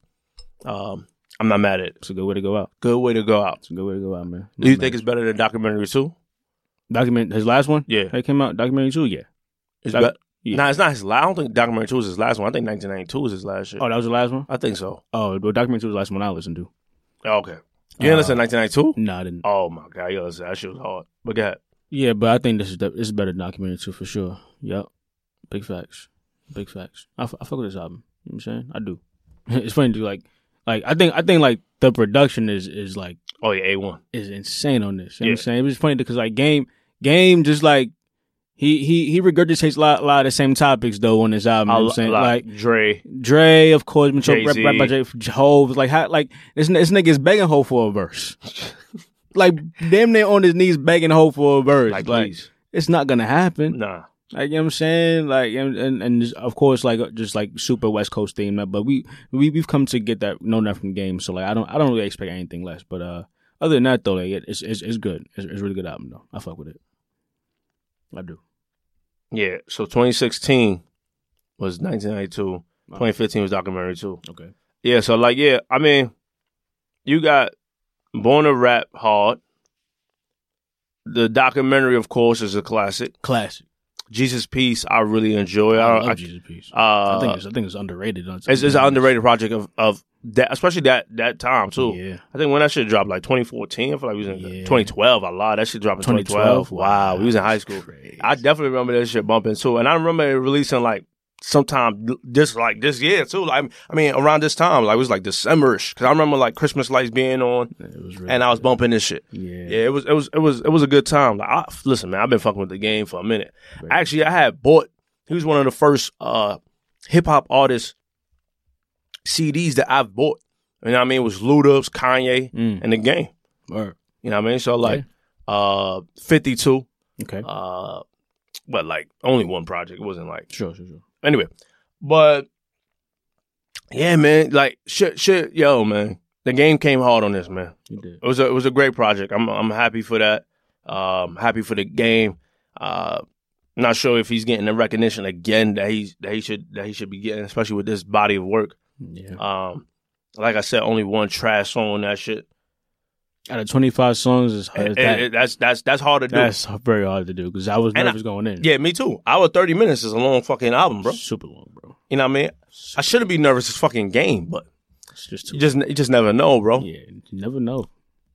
um, I'm not mad at it. It's a good way to go out. Good way to go out. It's a good way to go out, man. Do you Man. think it's better than documentary two? document his last one? Yeah. That came out documentary too, yeah. It's Doc- bet- yeah. Nah, it's not his last. I don't think documentary two is his last one. I think 1992 is his last shit. Oh, that was the last one? I think so. Oh, well, documentary was the last one I listened to. Oh, Okay. You didn't listen to 1992? No, I didn't. Oh my god, yo, listen, that shit was hard. But go ahead. Yeah, but I think this is the, this is better than documentary too for sure. Yep, big facts, big facts. I, f- I fuck with this album. You know what I'm saying I do. it's funny to like, like I think I think like the production is is like Oh yeah, A one. is insane on this. You know Yeah. what I'm saying it was funny because like game game just like he he he regurgitates a lot, lot of the same topics though on his album. You know what I'm saying like Dre. Dre, of course, been talking rap, Jay-Z. rap by Jay Hove. Like, how, like this, this nigga's begging Hove for a verse. like, damn near on his knees begging Hove for a verse. Like, Like, please. it's not gonna happen. Nah. Like, you know what I'm saying? Like, and, and, and just, of course, like, uh, just like super West Coast theme. uh, But we, we, we've come to get that, know that from games. So, like, I don't, I don't really expect anything less. But, uh, other than that, though, like, it, it's, it's, it's good. It's, it's a really good album, though. I fuck with it. I do. Yeah. So 2016 was 1992. 2015 was documentary too. Okay. Yeah. So like, yeah. I mean, you got Born to Rap Hard. The documentary, of course, is a classic. Classic. Jesus Peace, I really enjoy. I Uh, I, love I, Jesus Peace. uh, I think it's, I think it's underrated. On it's, it's an underrated project of of that, especially that that time too. Yeah. I think when that shit dropped, like 2014, I feel like we was in Yeah. 2012. A lot that shit dropped in 2012. Wow, we was in high that's school. crazy. I definitely remember that shit bumping too, and I remember it releasing like sometime this like this year too. Like I mean, around this time, like it was like Decemberish because I remember like Christmas lights being on, It was really and I was bumping this shit. Yeah. Yeah, it was it was it was it was a good time. Like, I, listen, man, I've been fucking with the game for a minute. Actually, I had bought. He was one of the first uh, hip hop artists CDs that I've bought. You know what I mean? It was Ludacris, Kanye, Mm. and the game. Word. You know what I mean? So like, uh, fifty two. Okay. Uh, but like only one project. It wasn't like sure. Sure. Sure. anyway. But yeah, man, like shit, shit, yo, man. The game came hard on this, man. You did. It was a, it was a great project. I'm I'm happy for that. Um, happy for the game. Uh, not sure if he's getting the recognition again that he that he should that he should be getting, especially with this body of work. Yeah. Um, like I said, only one trash song on that shit. Out of twenty five songs, is hard. It- that, it- that's that's that's hard to do. that's very hard to do because I was And I- nervous going in. yeah, me too. Hour thirty minutes is a long fucking album, bro. Super long, bro. You know what I mean? I shouldn't be nervous. It's fucking game, but It's just too. you just you just never know, bro. yeah. You never know.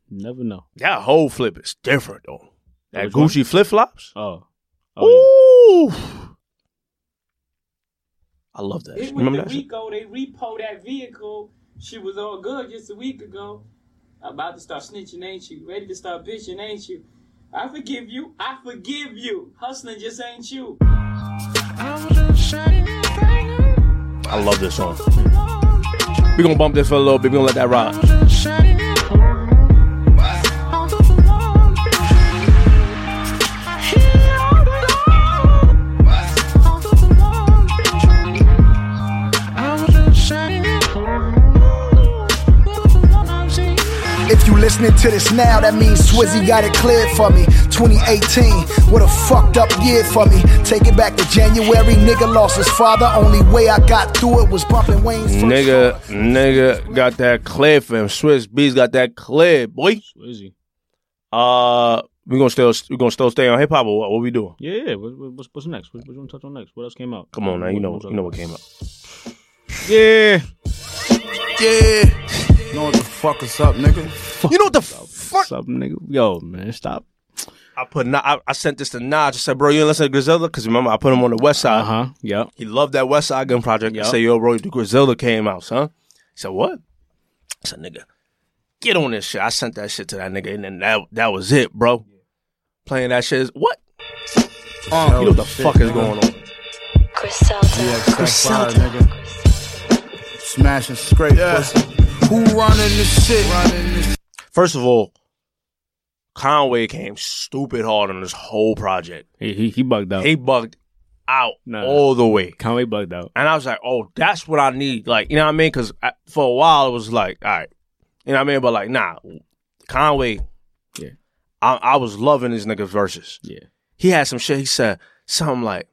You never know. That whole flip is different though. That Which one? Gucci flip flops. Oh. Oh. Ooh. I love that. It shit. was Remember the that? shit? Rico. They repo that vehicle. She was all good just a week ago. About to start snitching, ain't you? Ready to start bitching, ain't you? I forgive you. I forgive you. Hustling just ain't you. I love this song. We're gonna bump this for a little bit. We're gonna let that ride. If you listening to this now, that means Swizzy got it cleared for me. 2018, what a fucked up year for me. Take it back to January, nigga lost his father. Only way I got through it was bumping Wayne's first Nigga, nigga got that clear for him. Swiss Beats got that clear, boy. Swizzy. Uh, we gonna still we gonna still stay on hip hop or what? What we doing? Yeah. Yeah. What, what- what's what's next? What, what you want to touch on next? What else came out? Come on now, you know you know what came up. Yeah. Yeah. Know what the fuck is up, nigga? You know what the fuck? What's up, nigga? Yo, man, stop. I put Na- I, I sent this to Naj. I said, bro, you ain't listen to Griselda because remember I put him on the West Side. Uh huh. Yep. He loved that West Side Gun Project. I Yup. say, yo, bro, the Griselda came out, son. He said, what? I said, nigga, get on this shit. I sent that shit to that nigga, and then that that was it, bro. Playing that shit is what? Uh, You know what the fuck is going on? Griselda. nigga. Smash and scrape. pussy. Who running this shit? Running this First of all, Conway came stupid hard on this whole project. He he, he bugged out. He bugged out Nah. all the way. Conway bugged out. And I was like, oh, that's what I need. Like, you know what I mean? Because for a while, it was like, all right. You know what I mean? But like, nah, Conway, Yeah. I, I was loving this nigga's verses. Yeah. He had some shit. He said something like,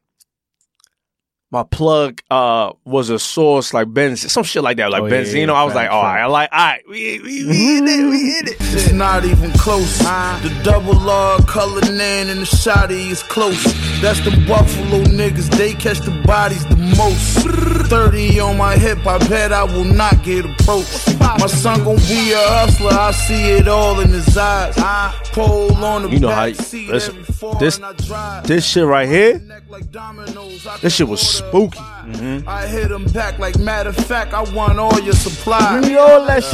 my plug uh, was a source like Benzino, some shit like that, like Oh, yeah, Benzino. yeah, I was fact, like, all fact. right, I like, all right, we, we, we hit it, we hit it. It's not even close. The double R colored man and the shotty is close. That's the Buffalo niggas, they catch the bodies the most. 30 on my hip, I bet I will not get approached. My son gon' be a hustler, I see it all in his eyes. Pole on the You know how back you- seat, listen, every foreign this- I drive. This shit right here, Neck like dominoes, I This can shit was order spooky. five. I hit him back like matter of fact, I want all your supplies.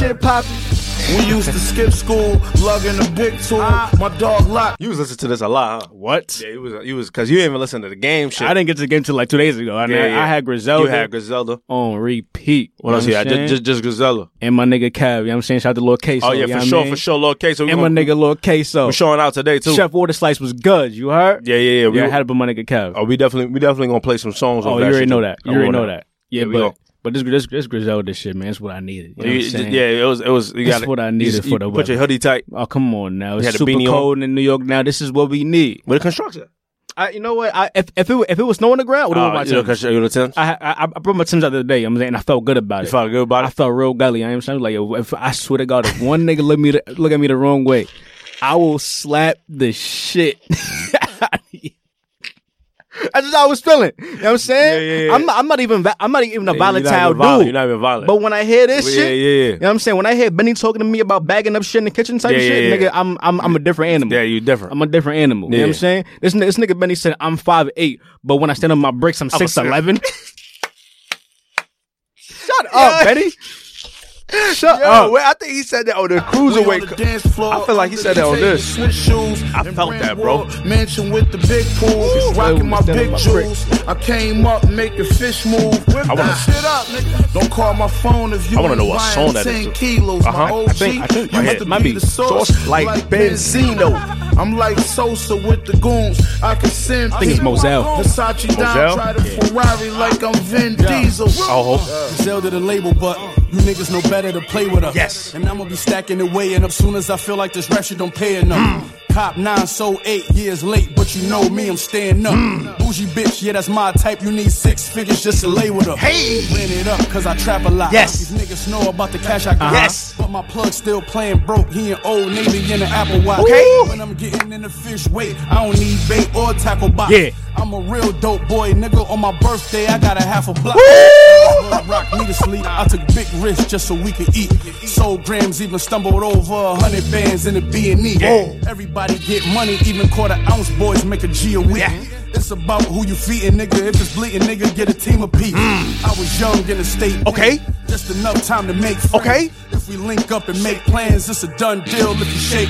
We used to skip school, lugging a big tool. My dog locked. you was listening to this a lot, huh? What? Yeah, you was, you was, cause you didn't even listen to the game shit. I didn't get to the game till like two days ago. I, Yeah, yeah. I had Griselda You had Griselda. on repeat. What else know you had? I'm Just, saying? just, just Griselda. and my nigga Cav. You know what I'm saying? Shout out to Lil Queso. Oh yeah, you know for what I sure, mean? for sure. Lil K, so we And my gonna- nigga Lil Queso. we showing out today too. Chef Water Slice was good. You heard? Yeah, yeah, yeah. We, yeah I had it with my nigga Cav. oh, we definitely, we definitely gonna play some songs. oh, over you that already shit, know too. that. You I already wanna- know that. Yeah, we but go. but this this this Griselda shit, man, it's what I needed. You know what I'm You- saying? yeah, it was, it was. You That's gotta- what I you needed just- for you the Put your weather. hoodie tight Oh come on now, had it's a super beanie on? cold in New York now. This is what we need. with a constructor. I, you know what? I, if if it if it was snow on the ground, I would have Uh, my you know, Tim's. 'cause you- you know, Tim's? I, I I brought my Tim's out the other day. I'm saying and I felt good about You it. felt good about I it? felt real gully. I am saying like if I swear to God, if one nigga look me the, look at me the wrong way, I will slap the shit. That's just how I was feeling. You know what I'm saying? Yeah, yeah, yeah. I'm not, I'm not even va- I'm not even a You're not volatile even dude. violent. You're not even violent. But when I hear this Yeah, shit, yeah, yeah. you know what I'm saying? When I hear Benny talking to me about bagging up shit in the kitchen type Yeah, yeah, shit, yeah. nigga, I'm I'm I'm a different animal. Yeah, you different. I'm a different animal. You know Yeah. what I'm saying? This, ni- this nigga Benny said I'm five eight, but when I stand on my bricks, I'm six eleven. Shut up, Benny. Shut Oh, up. wait, I think he said that on the We cruiserweight. on the dance floor. I feel like he under said the that on table, this. Switch shoes. I felt that, bro. Mansion with the big pool. Rocking my stand on big my jewels. I came up making fish move. Whip wanna- that shit up, nigga. Don't call my phone if you I wanna ain't know what buying song that 10 is. kilos. Uh-huh. My OG. I think- I think you my have head to might be be the sauce. sauce like Benzino. I'm like Sosa with the goons. I can send I think it's Moselle. Versace down, Moselle? try the Ferrari like I'm Vin Diesel. Oh, Zell to the label, but you niggas know better to play with us. Yes. And I'ma be stacking away, and up soon as I feel like this rap shit don't pay enough. Hmm. Cop nine, so eight years late, but you know me, I'm staying up. Bougie bitch, yeah, that's my type. You need six figures just to lay with her. Hey, Ran it up, cause I trap a lot. Yes. These niggas know about the cash I got. Yes. But my plug still playing broke. He an old navy in the Apple Watch. Okay. When I'm getting in the fish weight, I don't need bait or tackle box. Yeah. I'm a real dope boy, nigga. On my birthday, I got a half a block. Blood rock me to sleep. I took big risks just so we could eat. Sold grams, even stumbled over a hundred bands in the B and E. Everybody get money, even quarter ounce boys make a G a week. It's about who you feeding, nigga. If it's bleeding, nigga, get a team of people. I was young in the state. Mm. Okay. Just enough time to make friends. Okay. If we link up and make plans, it's a done deal if you shake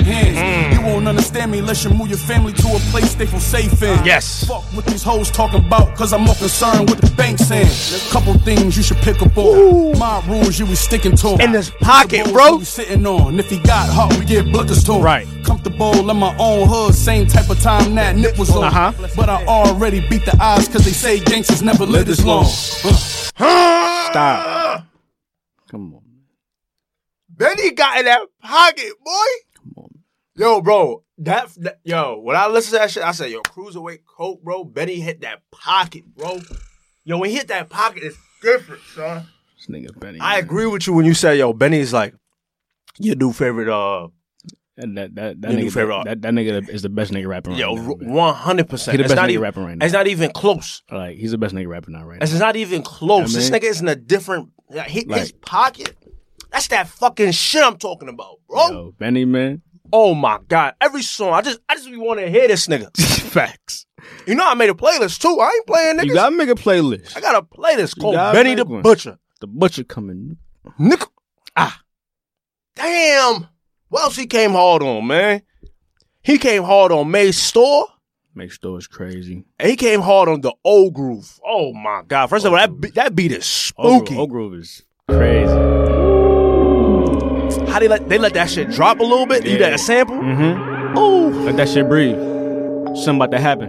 Hmm. hands. You won't understand me unless you move your family to a place they feel safe in. Yes. Fuck what these hoes talking about, cause I'm more concerned with the bank saying. Couple things you should pick up on. My rules, you be sticking to 'em. In this pocket, Comfortable bro. We sitting on. If he got hot, we get blickers to 'em. Right. Comfortable in my own hood, same type of time that Nick was on. Uh-huh. But I already beat the odds, cause they say gangsters never live this long. stop. Come on. Benny got in that pocket, boy. Yo, bro, that, that- yo, when I listen to that shit, I said, yo, cruiserweight coke, bro. Benny hit that pocket, bro. Yo, when he hit that pocket, it's different, son. This nigga Benny. I man. agree with you when you say, yo, Benny's like your new favorite, uh, That that that, that Your new nigga, favorite that, art. that, that nigga is the best nigga rapping right yo, now. man. one hundred percent. He the It's best not nigga even rapping right now. It's not even close. Like he's the best nigga rapping out right now. It's not even close. Yeah, this man. nigga is in a different. Like, his, his Like- pocket. That's that fucking shit I'm talking about, bro. Yo, Benny man. Oh my god! Every song, I just, I just want to hear this nigga. Facts. You know, I made a playlist too. I ain't playing niggas. You gotta make a playlist. I got a playlist called gotta Benny make the one. Butcher. The butcher coming. Nick. Ah. Damn. What else he came hard on, man? He came hard on May's store. Make sure it's crazy. And he came hard on the old groove. Oh my god! First of all, that beat, that beat is Old spooky. Grove- Old Grove is crazy. How they let they let that shit drop a little bit? You Yeah. got a sample? Mm-hmm. Ooh, Let that shit breathe. Something about to happen.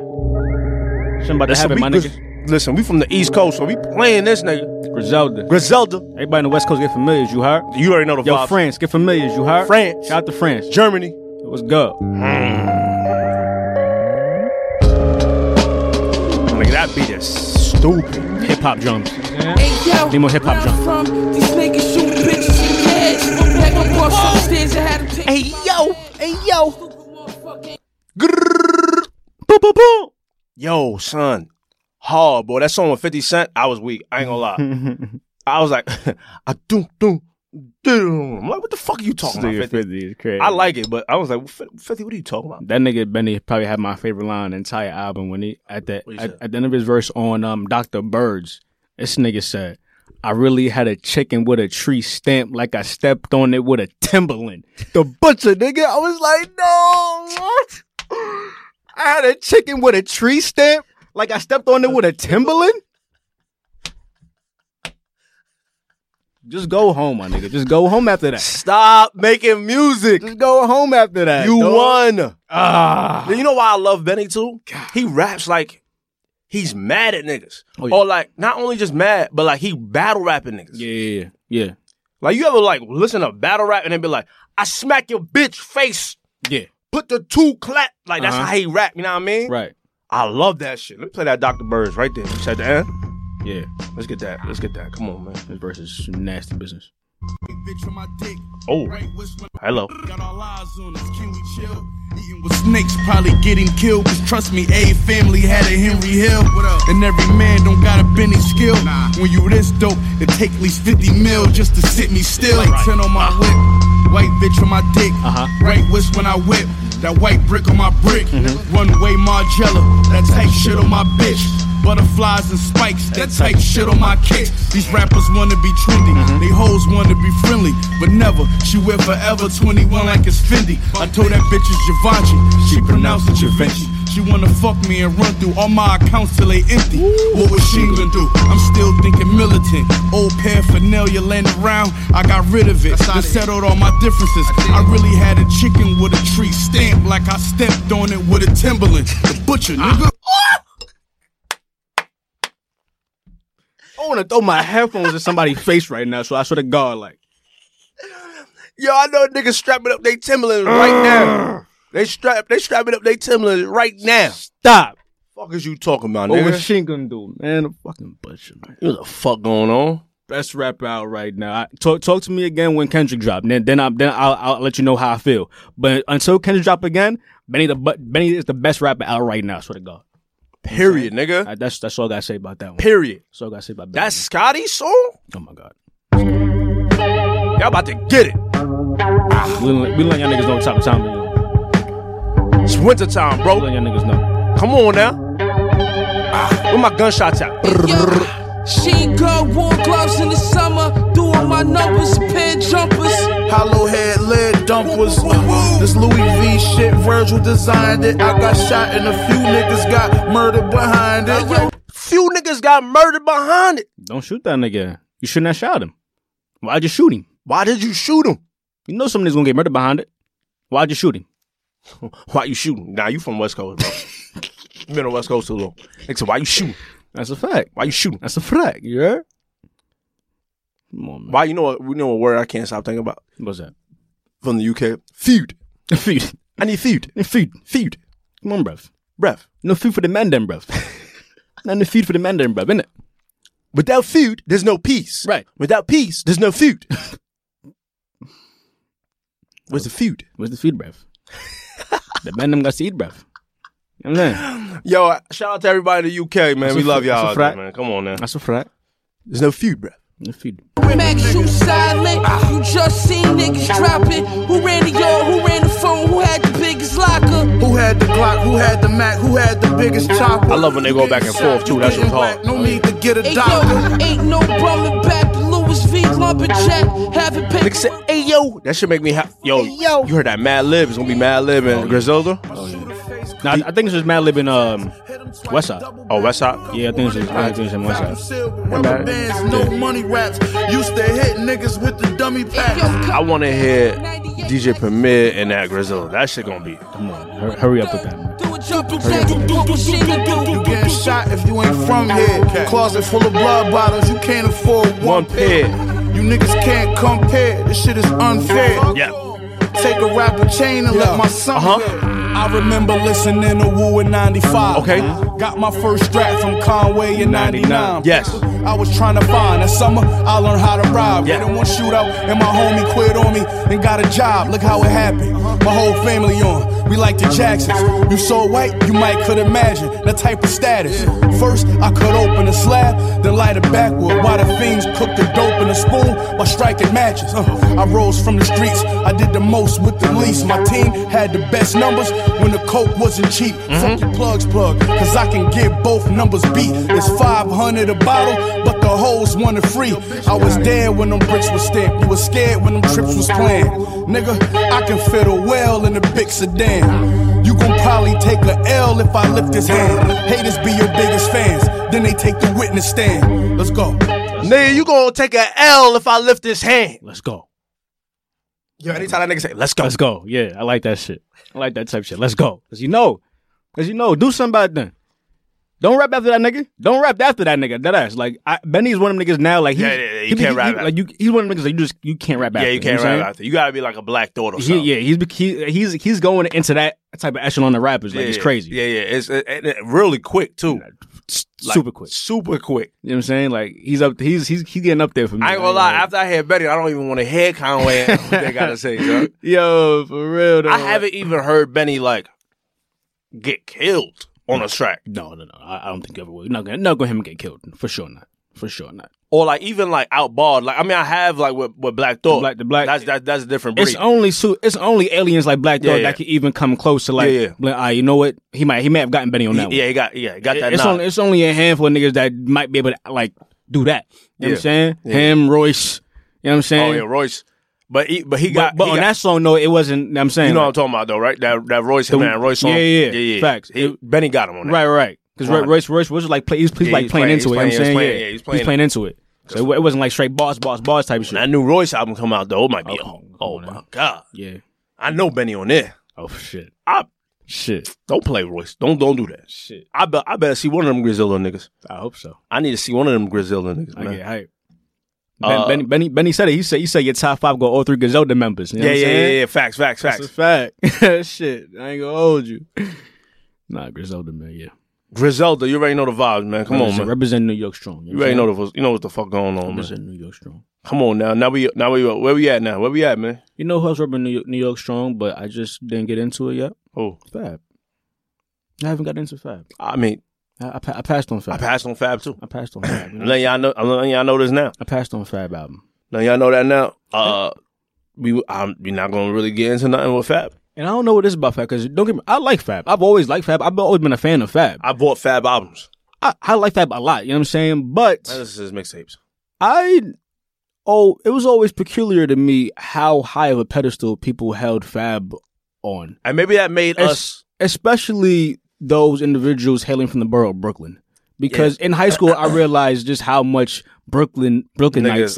Something about to listen, happen, we, my nigga. listen, we from the East Coast, so we playing this nigga Griselda. Griselda. Everybody in the West Coast get familiars, you heard? You already know the Yo, vibes. France, get familiars, you heard? France. Shout out to France. Germany. It was good. Nigga, that beat is stupid. Hip hop drums. Hey, Need more hip-hop where I'm drums. from, These niggas shoot bitches in cash. I'm back on boss upstairs and had to take Hey yo, hey yo. yo. Grrrr. Boom, boom, boom. Yo, son, hard boy. That song with Fifty Cent, I was weak. I ain't gonna lie. I was like, I do do do. I'm like, what the fuck are you talking about? 50? is crazy. I like it, but I was like, 50, 50, what are you talking about? that nigga Benny probably had my favorite line on the entire album when he at the he at, said? at the end of his verse on um Dr. Birds, this nigga said, I really had a chicken with a tree stamp like I stepped on it with a Timberland. The butcher nigga, I was like, no, what? I had a chicken with a tree stamp like I stepped on it with a Timberland? Just go home, my nigga. Just go home after that. Stop making music. Just go home after that. You dog. won. Ah. You know why I love Benny too? He raps like he's mad at niggas, Oh, yeah. or like not only just mad, but like he battle rapping niggas. Yeah, yeah, yeah. yeah. Like you ever like listen to battle rap and then be like, I smack your bitch face, Yeah. put the two clap. Like that's Uh-huh. how he rap. You know what I mean? Right. I love that shit. Let me play that Dr. Birds right there. Is that the end? Yeah, Let's get that. Let's get that. Come on, man. this verse is nasty business. Bitch on my dick. Oh, Right wrist when hello. Got our lives on us, can we chill? Eating with snakes, probably get him killed. Cause trust me, a family had a Henry Hill. And every man don't got a Benny skill. When you this dope, it take at least 50 mil just to sit me still. Like 10 on my whip, white bitch on my dick. Right wrist when I whip, that white brick on my brick. Runway Margiela, that tight shit on my bitch. Butterflies and spikes, that type shit on my kicks. These rappers wanna be trendy, they hoes wanna be friendly, but never. She wear forever 21 like it's Fendi. I told that bitch it's Givenchy, she pronounced it Givenchy. She wanna fuck me and run through all my accounts till they empty. What was she gonna do? I'm still thinking militant. Old paraphernalia laying around, I got rid of it. Then settled all my differences. I really had a chicken with a tree stamp, like I stepped on it with a Timberland. The butcher, nigga. I want to throw my headphones at somebody's face right now. So I swear to God, like Yo, I know niggas strapping up their Timberlands right Uh. now. They strap, they strapping up their Timberlands right now. stop. Fuck is you talking about, What nigga? was she gonna do, man? The fucking butcher, man. What the fuck going on? Best rapper out right now. I, talk talk to me again when Kendrick drop. Then then I then I'll, I'll let you know how I feel. But until Kendrick drop again, Benny the but Benny is the best rapper out right now. I swear to God. Period, nigga. I, that's that's all I gotta say about that one. That's Period. all I gotta say about Benny. That's Scotty's song. oh my God. Y'all about to get it. We let, we let y'all niggas know what type of time it is. It's wintertime, We bro. let y'all niggas know. Come on now. Ah, Where my gunshots at? Yeah. She good, wore gloves in the summer, doing my numbers, pair jumpers. Hollow head lead dumpers. This Louis V shit, Virgil designed it. I got shot and a few niggas got murdered behind it. Few niggas got murdered behind it. Don't shoot that nigga. You shouldn't have shot him. Why'd you shoot him? Why did you shoot him? You know some niggas gonna get murdered behind it. Why'd you shoot him? Why you shooting? Nah, you from West Coast, bro. you been on West Coast too long. Nigga, said, why you shooting? That's a fact. Why you shooting? That's a fact. You heard? Come on, man. Why you know what? We know a word I can't stop thinking about What's that? from the UK. Feud. Feed. I need feud. Feed. Feud. Come on, bruv. Breath. No food for the man then, bruv. Not no food for the man then, bruv, innit? Without food, there's no peace. Right. Without peace, there's no food. Where's the food? Where's the food, bruv? the man them got to eat, bruv. You know what I'm saying? Yo, shout out to everybody in the UK, man. That's we a love fr- that's a y'all, out there, fact. man. Come on now. That's a fact. There's no food, bruh. No food. Max, you silent. Ah. You just seen niggas dropping. Who ran the yard? Who ran the phone? Who had the biggest locker? Who had the Glock? Who had the Mac? Who had the biggest chopper? I love when they go back and forth, too. That's what's hard. No need to get a Hey doctor. yo, ain't no bumming back. The Louis V lumberjack having Nigga said, paper. hey, yo. That should make me happy. Yo, yo, you heard that Mad Lib. It's going to be Mad Lib and Griselda. Nah, I, I think it's just Mad Lib in um, Westside. Oh, Westside? Yeah, I think it's just, I think it's in Westside. Rubber bands, no money raps. Used to hit niggas with the dummy Hey, yo, packs. I want to hear DJ Premier and that Griselda. That shit going to be. Come on. Hurry, hurry up with that, man. Do a jumping jack. What was she You to do? getting shot if you ain't from here. Closet full of blood bottles, you can't afford one One pair. You niggas can't compare. This shit is unfair. Yeah. Take a rapper chain and let my son Uh-huh. wear. I remember listening to Woo in 95. Okay. Got my first draft from Conway in 99. Yes. I was trying to find that summer. I learned how to rob. Yeah. Yeah. Did one shootout, and my homie quit on me and got a job. Look how it happened. My whole family on. We like the Jacksons. You so white, you might could imagine that type of status. First, I cut open a slab, then light it backward. While the fiends cook the dope in a spoon by striking matches. Uh, I rose from the streets. I did the most with the least. My team had the best numbers when the coke wasn't cheap. Fuck your plugs plug, cause I can get both numbers beat. It's 500 a bottle, but the hoes wanted free. I was there when them bricks was stamped. You was scared when them trips was planned. Nigga, I can fiddle well in a big sedan. You gon' probably take a L if I lift this hand. Haters be your biggest fans, then they take the witness stand. Let's go. Nigga, you going to take a L if I lift this hand. Let's go. Yo, anytime that nigga say, let's go. Let's go. Yeah, I like that shit. I like that type of shit. Let's go. Cause you know, cause you know, do something about it then. Don't rap after that nigga. Don't rap after that nigga. That ass. Like I, Benny's one of them niggas now. Like he, Yeah, yeah, yeah, you can't rap after. Like you, he's one of the niggas that you just you can't rap. yeah, after, you can't know what I'm rap after. You gotta be like a black thought or saying? something. He, yeah, he's he, he's he's going into that type of echelon of rappers. Like it's Yeah, crazy, Yeah, yeah. It's it, it- it really quick too. S- Like, super quick. Super quick. You know what I'm saying? Like he's up, he's he's he's getting up there for me. I ain't gonna lie. After I hear Betty, I don't even want to hear Conway. and what they gotta say, son. yo, for real. Though. I haven't even heard Benny like get killed on a track, No, no, no. I, I don't think you ever will. Not gonna, not gonna him get killed for sure. Not for sure. Not. or like even like outbarred. Like I mean, I have like with, with Black Thought. Black- the Black- That's that, that's a different breed. It's only su- it's only aliens like Black Dog Yeah, yeah. that can even come close to like, Yeah, yeah. like, ah, you know what? He might he may have gotten Benny on that yeah, one. he got yeah, he got that. it's nod. only it's only a handful of niggas that might be able to like do that. You know what I'm Yeah. saying? Him, Royce. You know what I'm saying? oh yeah, Royce. But he but he But, got but he on got- that song, no, it wasn't. You know what I'm saying You know what I'm Like, talking about though, right? That that Royce The- man, Royce song. yeah, yeah, yeah. Facts. He, Benny got him on that. right, right. Because Right. Royce, Royce was like play, he's, he's Yeah, like he's playing, playing- he's into it. you know what I'm playing- he's saying playing- yeah, yeah, he's playing- into it. So it, wa- it wasn't like straight boss, boss, boss type of shit. When that new Royce album come out though, it might be. Oh, oh my god, yeah. I know Benny on there. Oh shit. I Shit. don't play Royce. Don't don't do that. Shit. I bet I better see one of them Griselda niggas. I hope so. I need to see one of them Griselda niggas, I man. get hype. Ben, Uh, Benny, Benny, Benny said it. He said, "You said your top five go all three Griselda members." You know Yeah, what I'm yeah, yeah, saying? yeah. Facts, facts, That's facts. a fact. Shit, I ain't gonna hold you. Nah, Griselda man, yeah. Griselda, you already know the vibes, man. Come on, represent, man. represent New York strong. You already know the you know what the fuck going on, man. represent New York strong. Come on now. Now we now we where we at now? Where we at, man? You know who else represent New York, New York strong, but I just didn't get into it yet. Oh, Fab. I haven't got into Fab. I mean, I, I, pa- I passed on Fab. I passed on Fab too. I passed on Fab. I'm you know? letting y'all know. I'm letting y'all know this now. I passed on Fab album, Now y'all know that now. Uh, we I'm, we not gonna really get into nothing with Fab. and I don't know what this is about Fab because don't get me. I like Fab. I've always liked Fab. I've always been a fan of Fab. I bought Fab albums. I, I like Fab a lot. You know what I'm saying? But This is his mixtapes. I oh, it was always peculiar to me how high of a pedestal people held Fab on, And maybe that made Es- us. especially those individuals hailing from the borough of Brooklyn. Because in high school, I realized just how much Brooklyn Brooklynites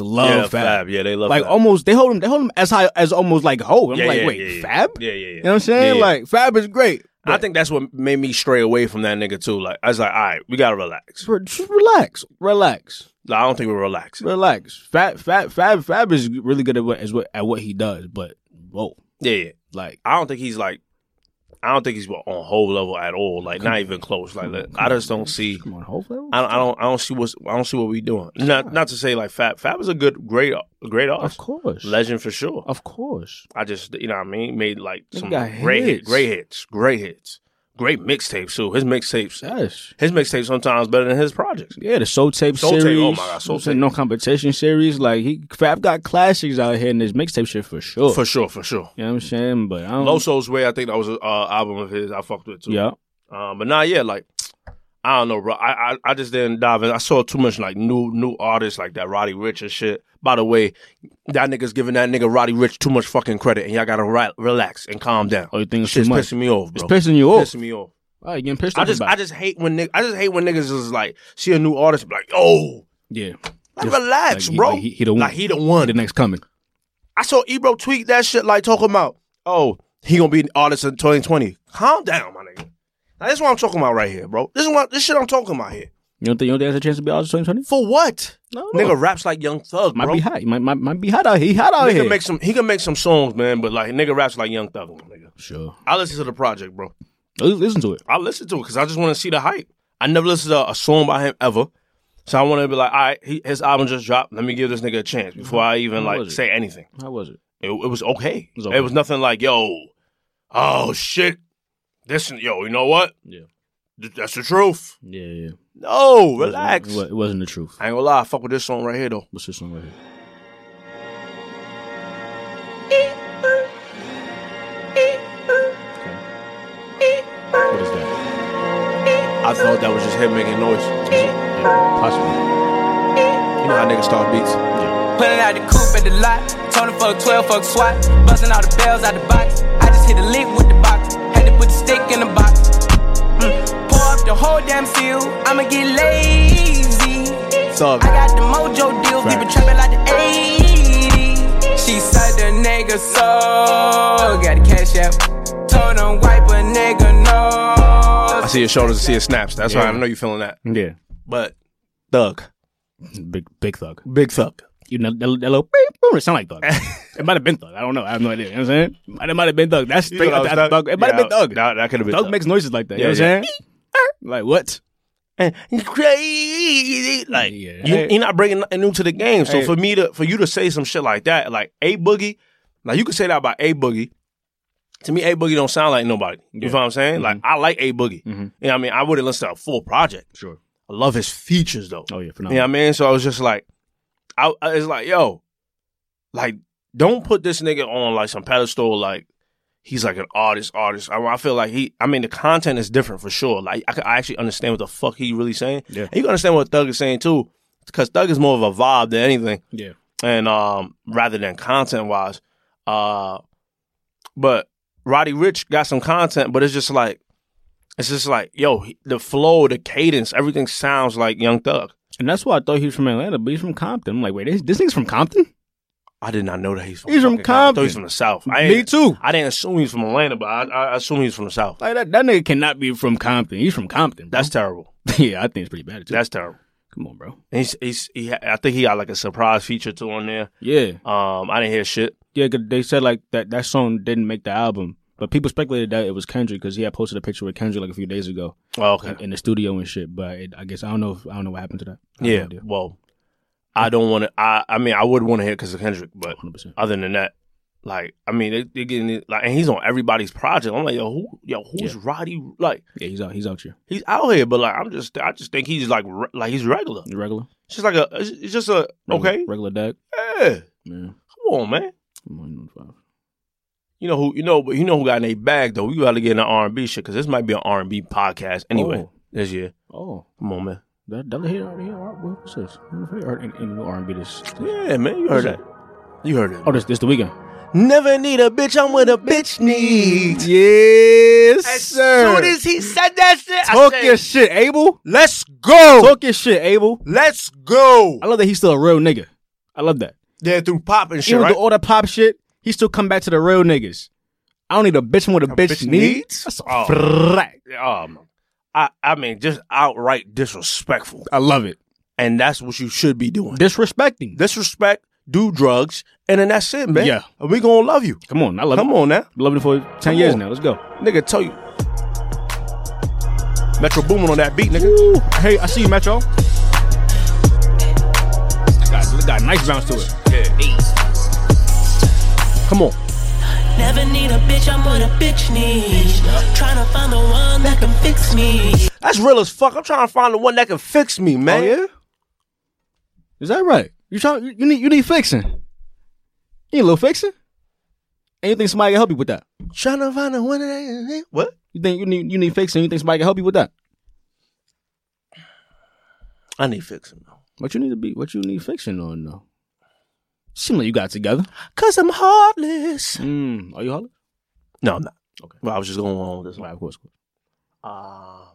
Niggas- love yeah, Fab. Yeah, they love Like Fab. almost, they hold him. They hold him as high as almost like Ho. I'm Yeah, like, yeah, wait, yeah, yeah. Fab? Yeah, yeah, yeah. You know what I'm saying? Yeah, yeah. Like Fab is great. I think that's what made me stray away from that nigga too. Like I was like, all right, we gotta relax. Re- Just relax, relax. Like, I don't think we relax. relax. Fab, Fab, Fab, Fab is really good at what, as what at what he does, but whoa, Yeah, yeah. like I don't think he's like. I don't think he's on whole level at all. Like not even close. Like that- I just don't see. come on, whole level. I don't, I don't. I don't see what's. I don't see what we doing. Not not to say like Fab. Fab is a good, great, great Of artist, course, legend for sure. of course. I just, you know what I mean? Made like They some got great hits. hits. great hits, great hits, great mixtapes too. His mixtapes, Yes, his mixtapes sometimes better than his projects. yeah. The Soul Tape Soul Tape, series, oh my God, Soul you know, Tape. no competition series. Like he, Fab got classics out here in this mixtape shit for sure. For sure, for sure. you know what I'm saying, but I don't. Low Soul's Way, I think that was an uh, album of his. I fucked with too. yeah, Um, but nah, yeah, like I don't know, bro. I, I I just didn't dive in. I saw too much like new new artists like that Roddy Rich and shit. By the way, that nigga's giving that nigga Roddy Rich too much fucking credit, and y'all gotta ri- relax and calm down. Oh, you think it's too Shit's much? pissing me off, bro. it's pissing you off. pissing me off. Oh, you getting pissed I off just about I it. just hate when nigg- I just hate when niggas is like see a new artist be like oh yeah. like, relax like he- bro like he- he the one. like he the one The next coming. I saw Ebro tweet that shit like talking about oh he gonna be an artist in 2020 calm down my nigga now this is what I'm talking about right here bro this is what this shit I'm talking about here You don't think you don't think there's a chance to be out of 2020? for what No, nigga raps like Young Thug might bro be hot. He Might, might might be hot out. He hot out nigga here. make some he can make some songs man but like nigga raps like Young Thug my nigga sure. I listen to the project bro Li- Listen to it. I listen to it because I just want to see the hype. I never listened to a song by him ever. So I want to be like, all right, he, his album just dropped. Let me give this nigga a chance before I even How like Mm-hmm. was it? say anything. How was it? It, it was okay. It was was okay. nothing like, yo, oh shit, this yo, you know what? Yeah. Th- that's the truth. Yeah, yeah. No, relax. It, wa- it wasn't the truth. I ain't gonna lie, I fuck with this song right here though. What's this song right here? Okay. What is that? I thought that was just him making noise. You Possibly. know how niggas start beats. Pulling out the coupe at the lot. Tony fuck 12, fuck SWAT. Busting all the bells out the box. I just hit a lick with the box. Had to put the stick in the box. Mm. Pour up the whole damn seal. I'ma get lazy. Thug. I got the mojo deals. We been trapping like the 80s. She said the nigga so. Got the cash out. Told him wipe a nigga no. I see his shoulders, I see his snaps. That's why I know you feeling that. Yeah. But Thug, Big big thug. Big Thug, you know, that, that little beep, boom, it sound like Thug. it might have been Thug. I don't know. I have no idea. You know what I'm saying? It might have been Thug. That's You straight thought that out the was Thug. It might have Yeah, been Thug. That, that could have been Thug makes noises like that. You know what Yeah, I'm saying? Like what? You crazy. Like Yeah. you, Hey. you're not bringing nothing new to the game. So Hey. for me to for you to say some shit like that, like a boogie, now you can say that about a boogie. To me, a boogie don't sound like nobody. You know what I'm saying? Like Mm-hmm. I like a boogie. You know what I mean? I wouldn't listen to a full project. Sure. I love his features though. Oh yeah, You know what I phenomenal. mean? So I was just like, I, I it's like, yo, like, don't put this nigga on like some pedestal. Like, he's like an artist, artist. I, I feel like he. I mean, the content is different for sure. Like, I, can- I actually understand what the fuck he really saying. Yeah. and you can understand what Thug is saying too, because Thug is more of a vibe than anything, Yeah. and um, rather than content wise, uh, but Roddy Rich got some content, but it's just like. It's just like, yo, he- the flow, the cadence, everything sounds like Young Thug. And that's why I thought he was from Atlanta, but he's from Compton. I'm like, wait, this, this nigga's from Compton? I did not know that he's from. He's from fucking I thought Compton. he's from the South. I Me ain't- too. I didn't assume he's from Atlanta, but I, I assume he's from the South. Like that, that nigga cannot be from Compton. He's from Compton. Bro. That's terrible. yeah, I think it's pretty bad. Too. That's terrible. Come on, bro. And He's, he's he. ha- I think he got like a surprise feature too on there. Yeah, Um, I didn't hear shit. yeah. 'cause They said like that that song didn't make the album, but people speculated that it was Kendrick because he had posted a picture with Kendrick like a few days ago Oh, okay. in, in the studio and shit. But it, I guess I don't know. If, I don't know what happened to that. I have no Yeah. idea. Well, I don't want to. I I mean, I would want to hear because of Kendrick, but 100%. other than that, like, I mean, they, they're getting it, like, and he's on everybody's project. I'm like, yo, who, yo, who's Roddy? Like, Yeah, he's out. He's out here. he's out here, but like, I'm just, I just think he's like, re- like he's regular. You Regular. It's just like a, it's it's just a regular okay. Regular duck. Yeah. Yeah. Come on, man. Come on, you know, five. You know who you know, but you know who got in a bag though. We got to get in the R and B shit because this might be an R and B podcast anyway Oh. this year. Oh, Come on, man. that that hit already. here. Alright, well, What's this? I wonder if he heard any- any new R&B this? Yeah, man, you heard that. You heard it. Oh, this this the weekend. Never need a bitch. I'm with a bitch needs. Yes, As soon as he said that shit, Talk I your said, shit, Abel. let's go. Talk your shit, Abel. Let's go. I love that he's still a real nigga. I love that. Yeah, through pop and shit, Even right? through all that pop shit, he still come back to the real niggas. I don't need a bitch with a, bitch, bitch needs. needs? That's a Oh. fact. um, I I mean, just outright disrespectful, I love it. and that's what you should be doing. Disrespecting. Disrespect, do drugs, and then that's it, man. Yeah. and we gonna love you. Come on, I love Come it. on now. Love it for ten Come years on. now. Let's go. Nigga, tell you. Metro Boomin on that beat, nigga. Hey, I see you, Metro. Got, got a nice bounce to it. Come on. Never need a bitch, I'm what a bitch needs. Tryna find the one that can fix me. That's real as fuck. I'm trying to find the one that can fix me, man. Is that right? You trying? You need you need fixing. You need a little fixing. And you think somebody can help you with that? Trying to find the one that. What? You think you need you need fixing? You think somebody can help you with that? I need fixing, though. What you need to be? What you need fixing on though? Seem like you got it together. Because I'm heartless. Mm, are you hollering? No, I'm not. Okay. Well, I was just going on with this one. Right, of course. of course. Uh,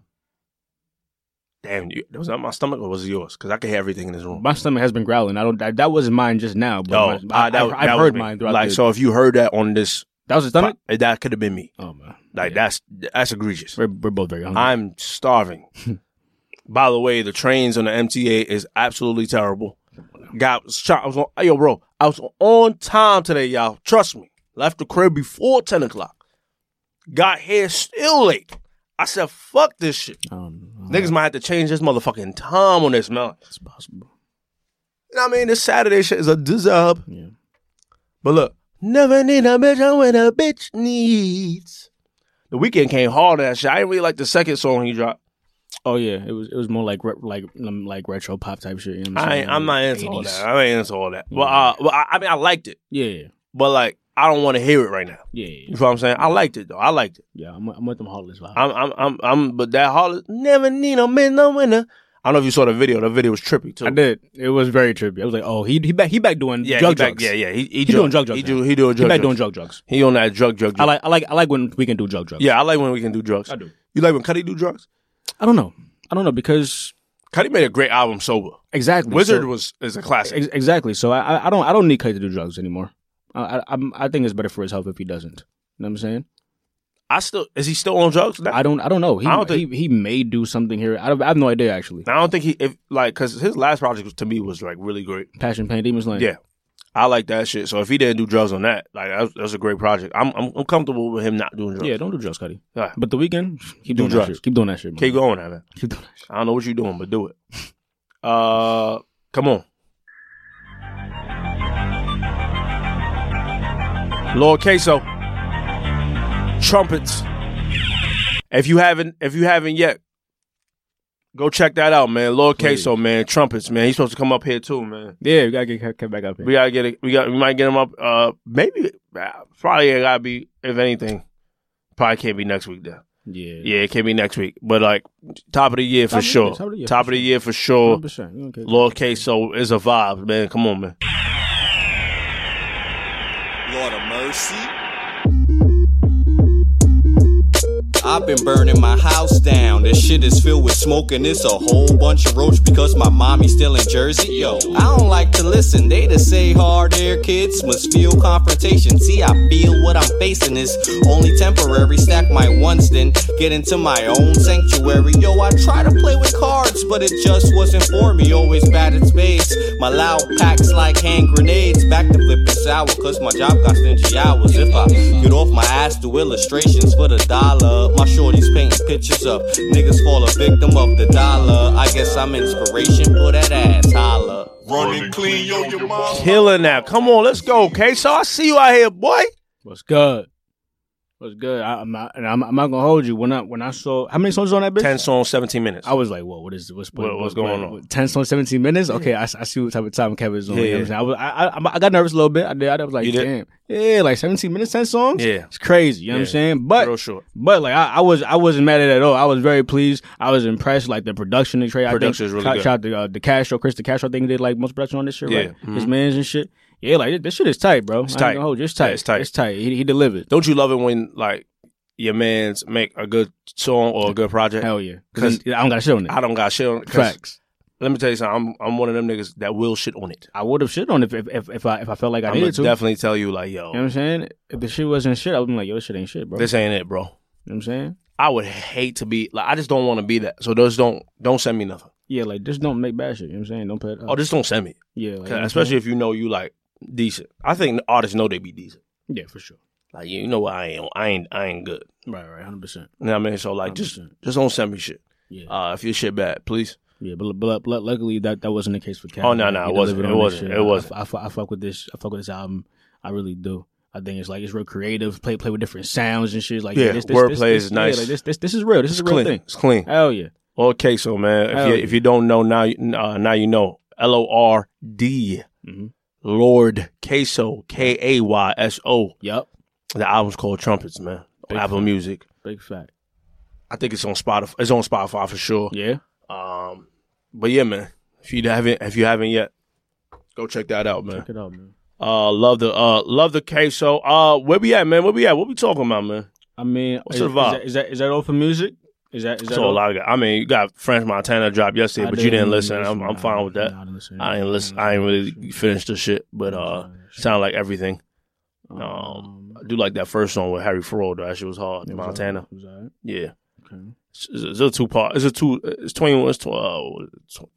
damn, you, was that my stomach or was it yours? Because I can hear everything in this room. My stomach has been growling. I don't. That, that wasn't mine just now. But No, my- I, uh, that, have that was heard me. mine throughout. Like, the, so if you heard that on this, that was your stomach. that could have been me. Oh man, Like, Yeah. that's that's egregious. We're, we're both very hungry. I'm starving. By the way, the trains on the MTA is absolutely terrible. Got was try- I was on yo bro, I was on time today, y'all. Trust me. Left the crib before ten o'clock. Got here still late. I said, fuck this shit. I don't know. Niggas might have to change this motherfucking time on this, man. It's possible. You know what I mean? This Saturday shit is a dizub. Yeah. But look, never need a bitch I'm when a bitch needs. The weekend came hard on that shit. I didn't really like the second song he dropped. Oh yeah, it was it was more like re- like um, like retro pop type shit. You know what I saying? ain't, I'm not Like into all 80s. that. I ain't into all that. Well, uh, well, I, I mean, I liked it, Yeah, yeah, but like, I don't want to hear it right now. yeah, You yeah. know what I'm saying? I liked it though. I liked it. yeah I'm, I'm with them heartless vibes. I'm, I'm, I'm, I'm but that Hollis never need a man, no winner. I don't know if you saw the video. The video was trippy too. I did. It was very trippy. I was like, oh, he he back he back doing Yeah, drug he back, drugs. yeah, yeah. He, he, He doing drug He, drugs now. do, he doing He drug back drugs. doing drug drugs. He on that drug drug. I drug. like I like I like when we can do drug drugs. Yeah, I like when we can do drugs. I do. You like when Cuddy do drugs? I don't know. I don't know because Cuddy made a great album sober. exactly Wizard so- was is a classic. ex- exactly. So I I- I don't I don't need Clay to do drugs anymore. I I I'm, I think it's better for his health if he doesn't. You know what I'm saying? I still is he still on drugs? Now? I don't. I don't know. He I don't think- he, he may do something here. I, don't- I have no idea actually. I don't think he if like because his last project was- to me was like really great. Passion, pain, demons, land. Yeah, I like that shit. So if he didn't do drugs on that, like that was, that was a great project. I'm, I'm I'm comfortable with him not doing drugs. yeah. Don't do drugs, Cuddy. All right. But the weekend, keep Do doing drugs. that shit. Keep doing that shit. Man. Keep going, man. Keep doing that shit. I don't know what you're doing, but do it. Uh, come on. Lord Queso. Trumpets. If you haven't, if you haven't yet, go check that out, man. Lord Queso, man. Trumpets, man. He's supposed to come up here too, man. Yeah, we gotta get kept back up here. We gotta get it. We got. We might get him up. Uh, maybe. uh, Probably it gotta be. If anything, probably can't be next week though. yeah. Yeah, it can be next week. But like top of the year for Top of the sure. year, top of the year top for of the year for sure. 100%. We don't care. Lord Queso is a vibe, man. Come on, man. Lord of mercy. I've been burning my house down. This shit is filled with smoke and it's a whole bunch of roach because my mommy's still in Jersey. Yo, I don't like to listen. They just say hard air kids must feel confrontation. See, I feel what I'm facing is only temporary. Stack my ones, then get into my own sanctuary. Yo, I try to play with cards, but it just wasn't for me. Always bad at spades. My loud packs like hand grenades. Back to flipping sour, cause my job got stingy hours. If I get off my ass, do illustrations for the dollar. My shorties painting pictures up. Niggas fall a victim of the dollar. I guess I'm inspiration for that ass. Holla. Running clean, yo, your mom. Killing that. Come on, let's go, Queso. I see you out here, boy. What's good? What's good? I, I'm not, and I'm, I'm not gonna hold you. When I when I saw how many songs on that bitch, Ten songs, seventeen minutes. I was like, "Whoa, what is what's What- what's going on? Ten songs, seventeen minutes. Okay, I, s- I see what type of time Kevin's on. you know Yeah. what I'm saying? I was I, I I got nervous a little bit. I did. I was like, You did? "Damn, yeah, like seventeen minutes, ten songs. Yeah. it's crazy. You know what Yeah. I'm saying? But Real short. But like I, I was, I wasn't mad at it at all. I was very pleased. I was impressed. Like the production and trade. Production I think, is really shout- good. Shout out to uh, the Castro, Chris the Castro. I think he did like most production on this shit, Yeah. Mm-hmm. right? His man's and shit. Yeah, like this shit is tight, bro. I ain't tight. gonna hold you. It's tight. Yeah, it's tight. It's tight. He, he delivered. Don't you love it when like your man's make a good song or a good project? Hell yeah. 'Cause Because I don't got shit on it. I don't got shit on it. 'cause Facts. Let me tell you something. I'm I'm one of them niggas that will shit on it. I would have shit on it if if, if, if I if I felt like I I'm gonna needed to. definitely tell you like, yo, You know what I'm saying? If the shit wasn't shit, I would be like, yo, this shit ain't shit, bro. this ain't it, bro. you know what I'm saying? I would hate to be like I just don't want to be that. So those don't don't send me nothing. Yeah, like just don't make bad shit. You know what I'm saying? Don't put it up. Oh, just don't send me. yeah, like, you know 'Cause what I'm especially if you know you like decent. I think artists know they be decent. saying? Yeah, for sure. Like you know what I ain't I ain't I ain't good. Right, right, hundred percent. You know what I mean? So like just 100%. just don't send me shit. Yeah. Uh if your shit bad, please. Yeah, but, but, but luckily that, that wasn't the case for Cat. Oh, no, no, it wasn't. It wasn't. It wasn't. I, I, fu- I fuck with this. I fuck with this album. I really do. I think it's like it's real creative. Play play with different sounds and shit. Like Yeah, this, this, wordplay this, is this, nice. Yeah, like this this this is real. This is It's a real clean. thing. It's clean. Hell yeah. Okay, so man, if Hell you yeah. if you don't know now you- uh, now you know. L O R D Mhm. Lord Queso K A Y S O. Yup. The album's called Trumpets, man. Big Apple fan. Music. Big fact. I think it's on Spotify. It's on Spotify for sure. Yeah. Um, but yeah, man. If you haven't, if you haven't yet, go check that out, man. Check it out, man. Uh, love the uh, love the queso. Uh, where we at, man? Where we at? What we talking about, man? I mean, What's is, the vibe? Is that, is that is that all for music? Is that is that That's all all? I got. I mean, you got French Montana dropped yesterday, I but you didn't listen. I'm, I'm Nah, fine with that. nah, I didn't listen. I ain't listen. I ain't really finished the shit, but uh, sound like everything. Oh, Um, I do like that first song with Harry Farrell. though. That shit was hard. It was Montana. alright. It was alright. Yeah. Okay. It's, it's a two part. It's a two. It's twenty one. It's tw- uh,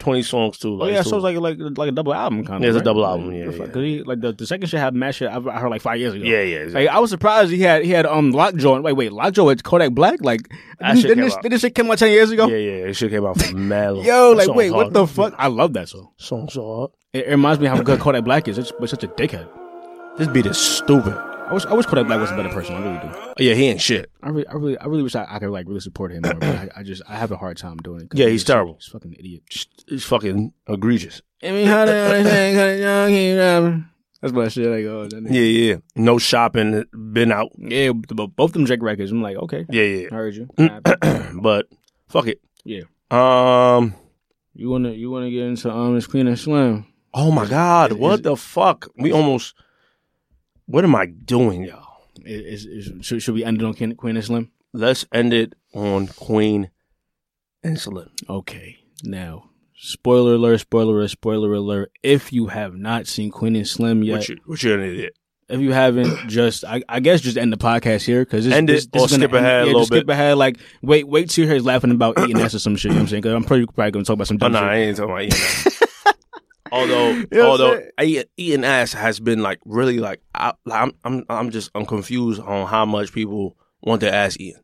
twenty songs too. Oh Like, yeah, two- so it's like like like a double album kind of. Yeah, it's a right? double album, Like, yeah, the fuck- yeah. 'cause he- like the, the second shit had mad shit I've, I heard like five years ago. yeah, yeah. Like I was surprised he had he had um Lockjaw. Wait, wait, Lockjaw at Kodak Black. Like That didn't, shit didn't came this out. didn't this shit came out ten years ago? Yeah, yeah, it shit came out from mad. Yo, That like song's wait, what hard. the fuck? I love that song. Song's so hard. It, it reminds me how good Kodak Black is. It's, but such a dickhead. This beat is stupid. I wish I wish Kodak Black was a better person. I really do. Oh, Yeah, he ain't shit. I really I really I really wish I, I could like really support him more. but I, I just I have a hard time doing it. 'cause Yeah, he's terrible. He's a fucking idiot. It's fucking egregious. I mean, how the hell they say Kodak Black ain't rapping? That's my shit. Like oh that nigga. Yeah, yeah. No shopping. Been out. Yeah, but but both them Drake records. I'm like, okay, Yeah, yeah. I heard you. but fuck it. Yeah. Um. you wanna you wanna get into um this Queen and Slim? Oh my God! is- What is- the fuck? We almost. What am I doing, y'all? Is, is, is- should, should we end it on Queen, Queen and Slim? Let's end it on Queen and Slim. Okay, now spoiler alert, spoiler alert, spoiler alert. If you have not seen Queen and Slim yet, What you? What you an idiot? If you haven't, just I, I guess just end the podcast here because End it or skip ahead a yeah, little just skip bit. ahead. Like wait, wait till you hear laughing about eating ass or some shit. You know what I'm saying? Because I'm probably probably gonna talk about some. Oh Dumb no, shit. I ain't talking about eating ass. although, what I'm although I- eating ass has been like really like I, like, I'm I'm I'm just I'm confused on how much people want their ass eaten.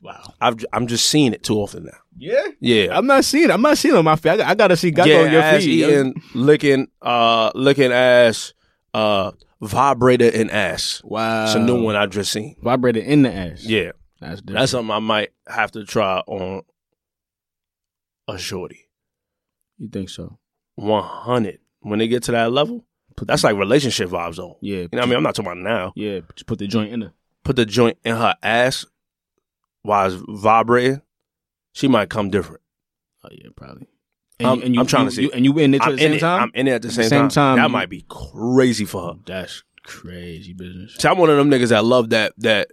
Wow, I've j- I'm just seeing it too often now. Yeah, yeah. I'm not seeing. I'm not seeing it on my feet. I, got- I gotta see God yeah, on your ass feet. yo. eating, licking, uh, licking ass, uh, vibrator in ass. Wow, it's a new one I've just seen. Vibrator in the ass. Yeah, that's that's something I might have to try on a shorty. You think so? One hundred. When they get to that level, that's like relationship vibes on. Yeah, you know what I mean. I'm not talking about now. Yeah, but you put the joint in her. Put the joint in her ass while it's vibrating. She might come different. Oh yeah, probably. I'm, I'm trying you, to see. You, and you in it at I'm the same it. time. I'm in it at the same, time. That might be crazy for her. That's crazy business. So I'm one of them niggas that love that that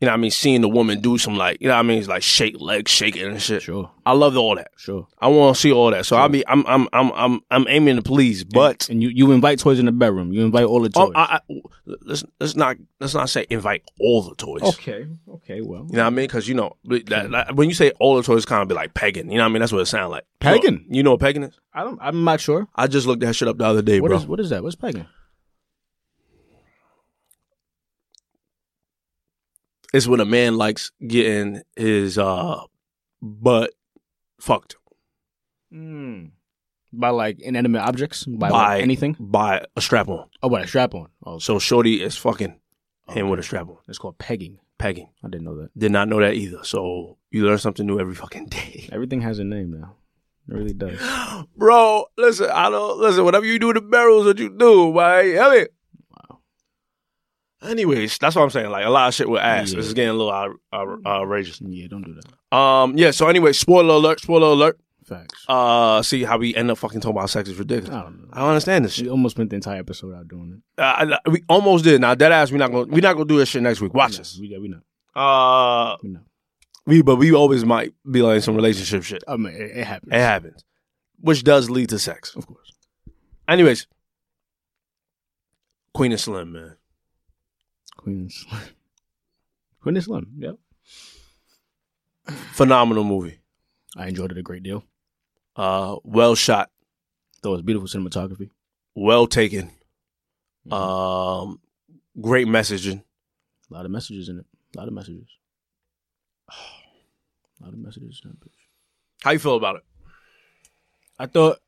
you know what I mean seeing the woman do some like you know what I mean it's like shake legs shaking and shit. Sure. I love all that. Sure. I want to see all that. So I'll be I'm I'm I'm I'm I'm aiming to please, but And you, you invite toys in the bedroom. You invite all the toys. Oh, I, I, let's let's not let's not say invite all the toys. okay. Okay. Well. You know what I mean? Because you know that, like, when you say all the toys, kind of be like pegging. You know what I mean? That's what it sounds like. Pegging? You know, you know what pegging is? I don't. I'm not sure. I just looked that shit up the other day, What bro. is- what is that? What's pegging? it's when a man likes getting his uh butt fucked Mm. By like inanimate objects. By, by, like, anything. by a strap on. Oh, by a strap on. Oh, So shorty is fucking him with a strap on, it's called pegging. pegging. I didn't know that. Did not know that either. So you learn something new every fucking day, Everything has a name now. It really does. bro. Listen, I don't listen. Whatever you do to barrels, what you do, right? I mean, Anyways, that's what I'm saying. Like a lot of shit with ass. Yeah. This is getting a little out, out, outrageous. Yeah. Don't do that. Um, yeah. So anyway, spoiler alert. Spoiler alert. Facts. Uh, see how we end up fucking talking about sex is ridiculous. I don't know. I don't understand this shit. She almost spent the entire episode out doing it. Uh, I- we almost did. Now that ass, we not gonna we not gonna do this shit next week. Watch us. We, yeah, we know. Uh, We know. we but we always might be like some relationship shit. I mean, it, it happens. It happens, which does lead to sex, Of course. Anyways, Queen of Slim, man. Queen and Slim. Queen and Slim. Yeah. Phenomenal movie. I enjoyed it a great deal. Uh, well shot, Though it's beautiful cinematography. well taken. Um, great messaging. A lot of messages in it. A lot of messages. A lot of messages in it. bitch. How you feel about it? I thought.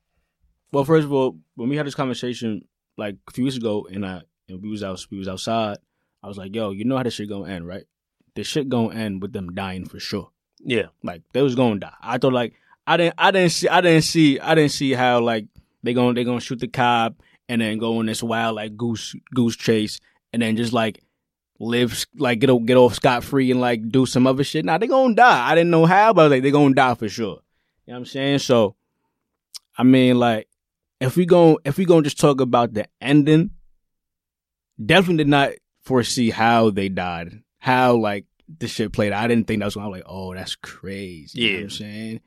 Well, first of all, when we had this conversation like a few weeks ago, and I and we was out we was outside, I was like, "Yo, you know how this shit gonna end, right? This shit gonna end with them dying for sure. Yeah, Like they was gonna die. I thought like I didn't I didn't see I didn't see I didn't see how like they gonna they gonna shoot the cop and then go on this wild like goose goose chase and then just like live like get o- get off scot free and like do some other shit. Now they gonna die. I didn't know how, but I was like they gonna die for sure. You know what I'm saying? So I mean like if we gon' if we gonna just talk about the ending, definitely did not foresee how they died, how like this shit played. out. I didn't think that was gonna. I'm like, oh, that's crazy. You know what I'm saying,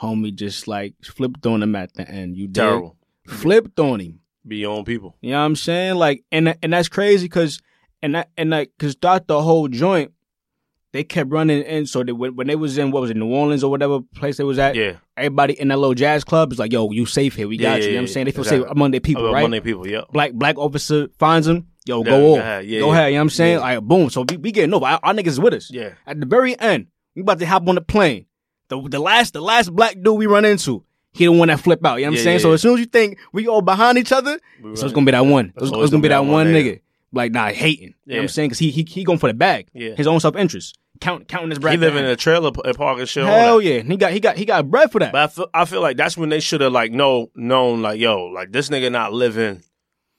homie, just like flipped on him at the end. You did. terrible. Flipped on him. Beyond people. You know what I'm saying? Like, and and that's crazy because and that and like because throughout the whole joint, they kept running in. So they when, when they was in what was it New Orleans or whatever place they was at, Yeah, everybody in that little jazz club is like, yo, you safe here. We Yeah, got you. yeah, You know what I'm yeah, saying? They feel exactly. safe among their people, right? Monday people. Yep. black black officer finds him. Yo, Yeah, go go off. ahead. Yeah, go yeah. ahead. You know what I'm saying? All right, boom. So we, we getting over. Our, our niggas is with us. Yeah. At the very end, we about to hop on the plane. The the last the last black dude we run into, he the one that flip out. You know what I'm Yeah, saying? yeah, so yeah. as soon as you think we all behind each other, so it's gonna be that one. It's, That's it's always gonna be that one nigga. Like nah, hating. You know what Yeah. I'm saying? Cause he he he going for the bag. Yeah. His own self interest. Count counting his breath. He live in a trailer p- park and shit. all that. Hell yeah. He got he got he got bread for that. But I feel, I feel like that's when they should have like know known like yo like this nigga not living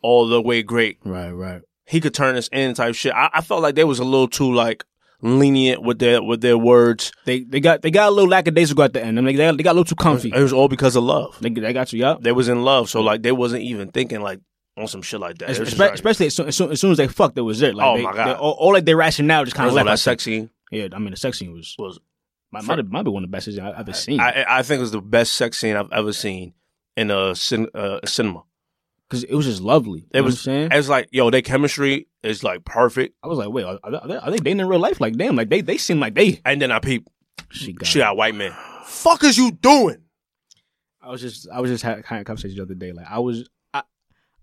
all the way great. Right, right. He could turn this in type shit. I, I felt like they was a little too like lenient with their with their words. They they got they got a little lackadaisical at the end. I mean, they, they got a little too comfy. It was all because of love. They, they got you, yeah. They was in love, so like they wasn't even thinking like on some shit like that. It was just Espe- like, especially as soon, as soon as soon as they fucked, it was it. Like Oh they, my God. they- all, all like their rationale just kind first of of all, that left. us. sex scene Yeah, I mean the sex scene was was might, might, have, might be one of the best scenes I- I've ever seen. I I think it was the best sex scene I've ever seen in a cin- uh, cinema. because it was just lovely. You It know what was. I'm saying? It's like yo, their chemistry is like perfect. I was like, wait, are, are, they, are they dating in real life? Like, damn, like they they seem like they. And then I peep. She got. Mm, She got white men. Fuck is you doing? I was just I was just had kind of conversation the other day. Like I was I,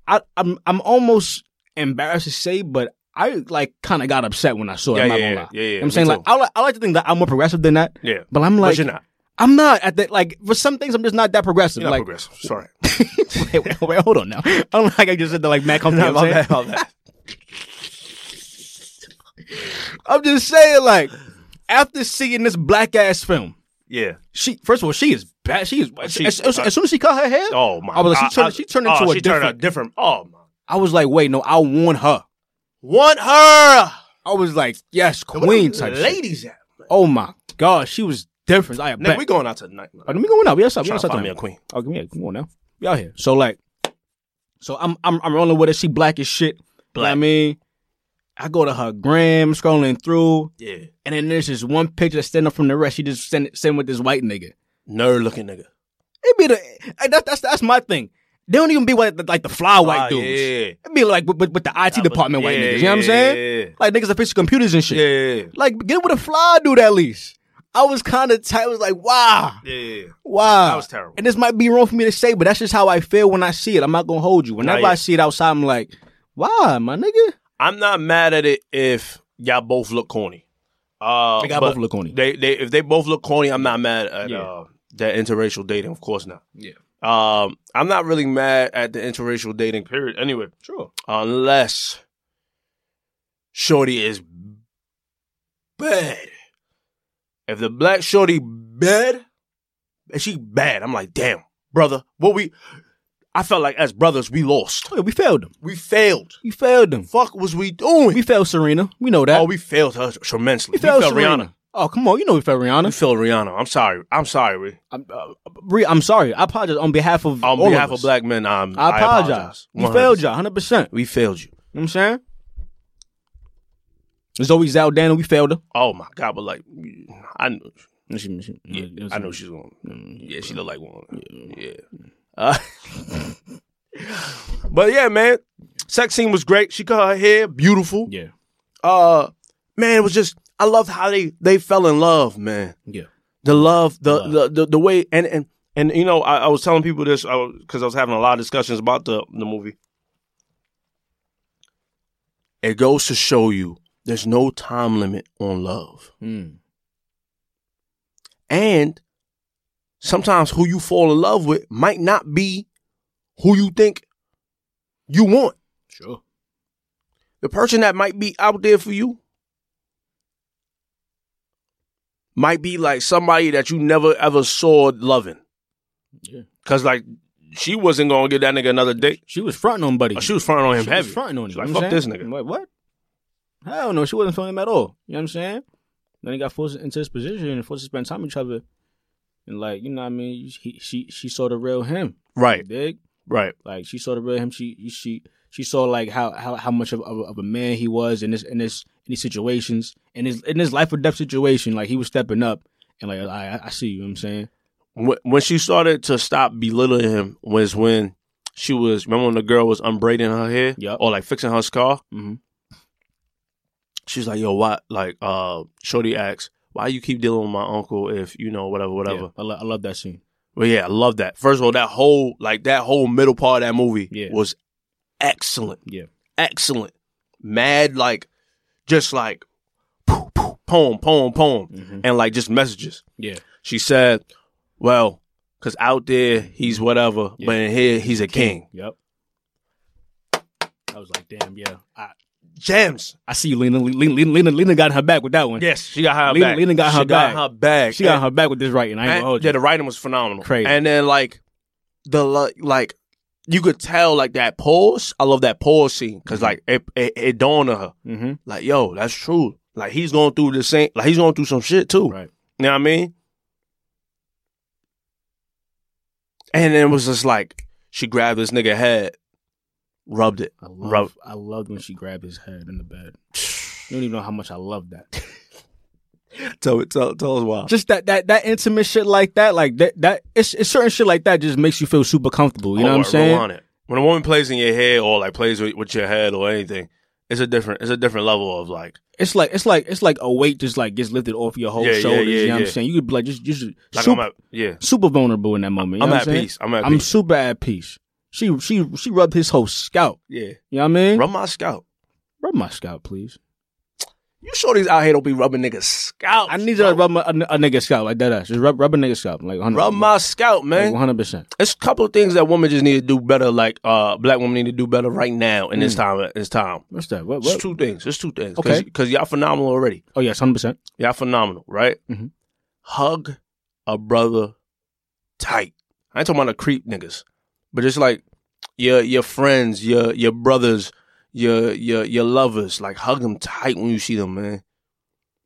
I I'm I'm almost embarrassed to say, but I like kind of got upset when I saw it. Yeah, I'm not yeah, gonna yeah. lie. Yeah, yeah, You know me what I'm saying too. like I, li- I like to think that I'm more progressive than that. Yeah. but I'm like you're not. I'm not at that like for some things I'm just not that progressive. You're not like progressive. Sorry. wait, wait, wait, hold on now. I'm like I just said that like Matt comfortable. No, you know what my I'm bad, my saying? bad. I'm just saying like after seeing this black ass film. Yeah. She first of all, she is bad. She is. She- as, as- as soon as she cut her hair, Oh my! I was like, she I- turned, I- she turned oh, into a she different. Turned a different. Oh my! I was like, wait, no, I want her. Want her? I was like, yes, Where queen the type. shit. ladies at? Oh my god, she was different. I Nigga, bet. we going out tonight. Man. Oh, let me go now. We outside. We Trying to outside. find me tonight. a queen. Oh, give me a come on now. We out here. So like, so I'm I'm I'm rolling with her. She black as shit. You know what I Black. mean, I go to her gram, scrolling through, Yeah. and then there's this one picture that's standing up from the rest. She just send send with this white nigga. Nerd looking nigga. It be the eh, that, that's that's my thing. They don't even be like the, like the fly white Ah, dudes. yeah. It be like with, with, with the IT but- department white yeah, niggas. You know what I'm yeah, saying? yeah. Like niggas that fix computers and shit. Yeah. Like get with a fly dude at least. I was kind of tight. I was like, wow, Yeah. wow. That was terrible. And this might be wrong for me to say, but that's just how I feel when I see it. I'm not gonna hold you. Whenever yet. I see it outside, I'm like, wow, my nigga. I'm not mad at it if y'all both look corny. Uh, They got but both look corny. They, they, if they both look corny, I'm not mad at Yeah. uh, that interracial dating. Of course not. Yeah. Um, I'm not really mad at the interracial dating period. Anyway, Sure. unless shorty is bad. If the black shorty bad, and she bad, I'm like, damn, brother, what we? I felt like as brothers, we lost. Oh, yeah, we failed them. We failed. We failed them. Fuck was we doing? We failed Serena. We know that. Oh, we failed her tremendously. We failed failed, Serena. Rihanna. Oh, come on. You know we failed Rihanna. We failed Rihanna. I'm sorry. I'm sorry. Ree. I'm, uh, Rhea, I'm sorry. I apologize on behalf of On all behalf of, of us. black men, I'm, I apologize. We 100%. failed y'all, hundred percent. You We failed you. know what I'm saying? Zoe Zaldana, we failed her. Oh my god! But like, I knew, yeah, I know she's one. Mm, Yeah, she looked like one. Yeah. Uh, but yeah, man, sex scene was great. She cut her hair beautiful. Yeah, Uh, man, it was just I loved how they they fell in love, man. yeah. the love, the The, the the way, and and and you know, I, I was telling people this because I, was having a lot of discussions about the the movie. It goes to show you there's no time limit on love, Mm. and sometimes who you fall in love with might not be who you think you want. Sure. The person that might be out there for you might be like somebody that you never ever saw loving. Yeah. Cause like she wasn't gonna give that nigga another date. She was fronting on Buddy. Oh, She was fronting on him She was heavy. fronting on him. She like, you know fuck what I'm this saying? nigga. Like, what? Hell no, she wasn't feeling him at all. You know what I'm saying? Then he got forced into this position and forced to spend time with each other. And like, you know what I mean? He, she she saw the real him. You Right, dig? right. Like she saw the real him. She she she saw like how how, how much of, of, of a man he was in this in this in these situations in his in his life or death situation. Like he was stepping up and like I I- I see you. know what I'm saying When, when she started to stop belittling him was when she was remember when the girl was unbraiding her hair? Yup. Or like fixing her scar? Mhm. She was like, yo, why like uh Shorty asks, why you keep dealing with my uncle if you know whatever, whatever. Yeah, I, lo- I love that scene. Well, yeah, I love that. First of all, that whole like that whole middle part of that movie Yeah. was excellent. Yeah. excellent. Mad like, just like, poof, poof, poem, poem, poem, Mm-hmm. and like just messages. Yeah, She said, "Well, because out there he's whatever, but in here he's a king." yep. I was like, damn, yeah. I Gems. I see you, Lena. Lena, Lena, Lena, Lena got her back with that one. Yes, she got her Lena- back. Lena got she her got back. her Oh, back. she got her back with this writing. I ain't And- gonna hold you. yeah, the writing was phenomenal. Crazy. And then like the lo- like you could tell like that pause. I love that pause scene because like it, it it dawned on her Mm-hmm. like yo that's true. Like he's going through the same. Like he's going through some shit too. Right. You know what I mean? And then it was just like she grabbed this nigga head, rubbed it. I love. Rub- I loved when she grabbed his head in the bed. You don't even know how much I love that. Tell it. Tell, tell us why. just that that that intimate shit like that, like that that it's, it's certain shit like that just makes you feel super comfortable. You know what I'm saying? Oh, Rewind it. when a woman plays in your head or like plays with, with your head or anything, it's a different it's a different level of like It's like it's like it's like a weight just like gets lifted off your whole Yeah, yeah, shoulders. yeah, you know what yeah. I'm saying? You could be like just just Like, super, I'm at- yeah. super vulnerable in that moment. You I'm know at what saying? peace. I'm at I'm peace. super at peace. She she she rubbed his whole scalp. Yeah. You know what I mean? Rub my scalp. Rub my scalp, please. You sure these out here don't be rubbing niggas scalp? I need you to rub my, a, a nigga scalp like that. ass. Just rub rub a nigga scalp like 100, Rub my scalp, man. One hundred percent. It's a couple of things that women just need to do better. Like uh, black women need to do better right now in this Mm. time. It's time. What's that? What, It's what? two things. It's two things. Okay. Because y'all phenomenal already. Oh yes, hundred percent. Y'all phenomenal, right? Mhm. Hug a brother tight. I ain't talking about the creep niggas, but it's like your your friends, your your brothers, your your your lovers. Like hug them tight when you see them, man.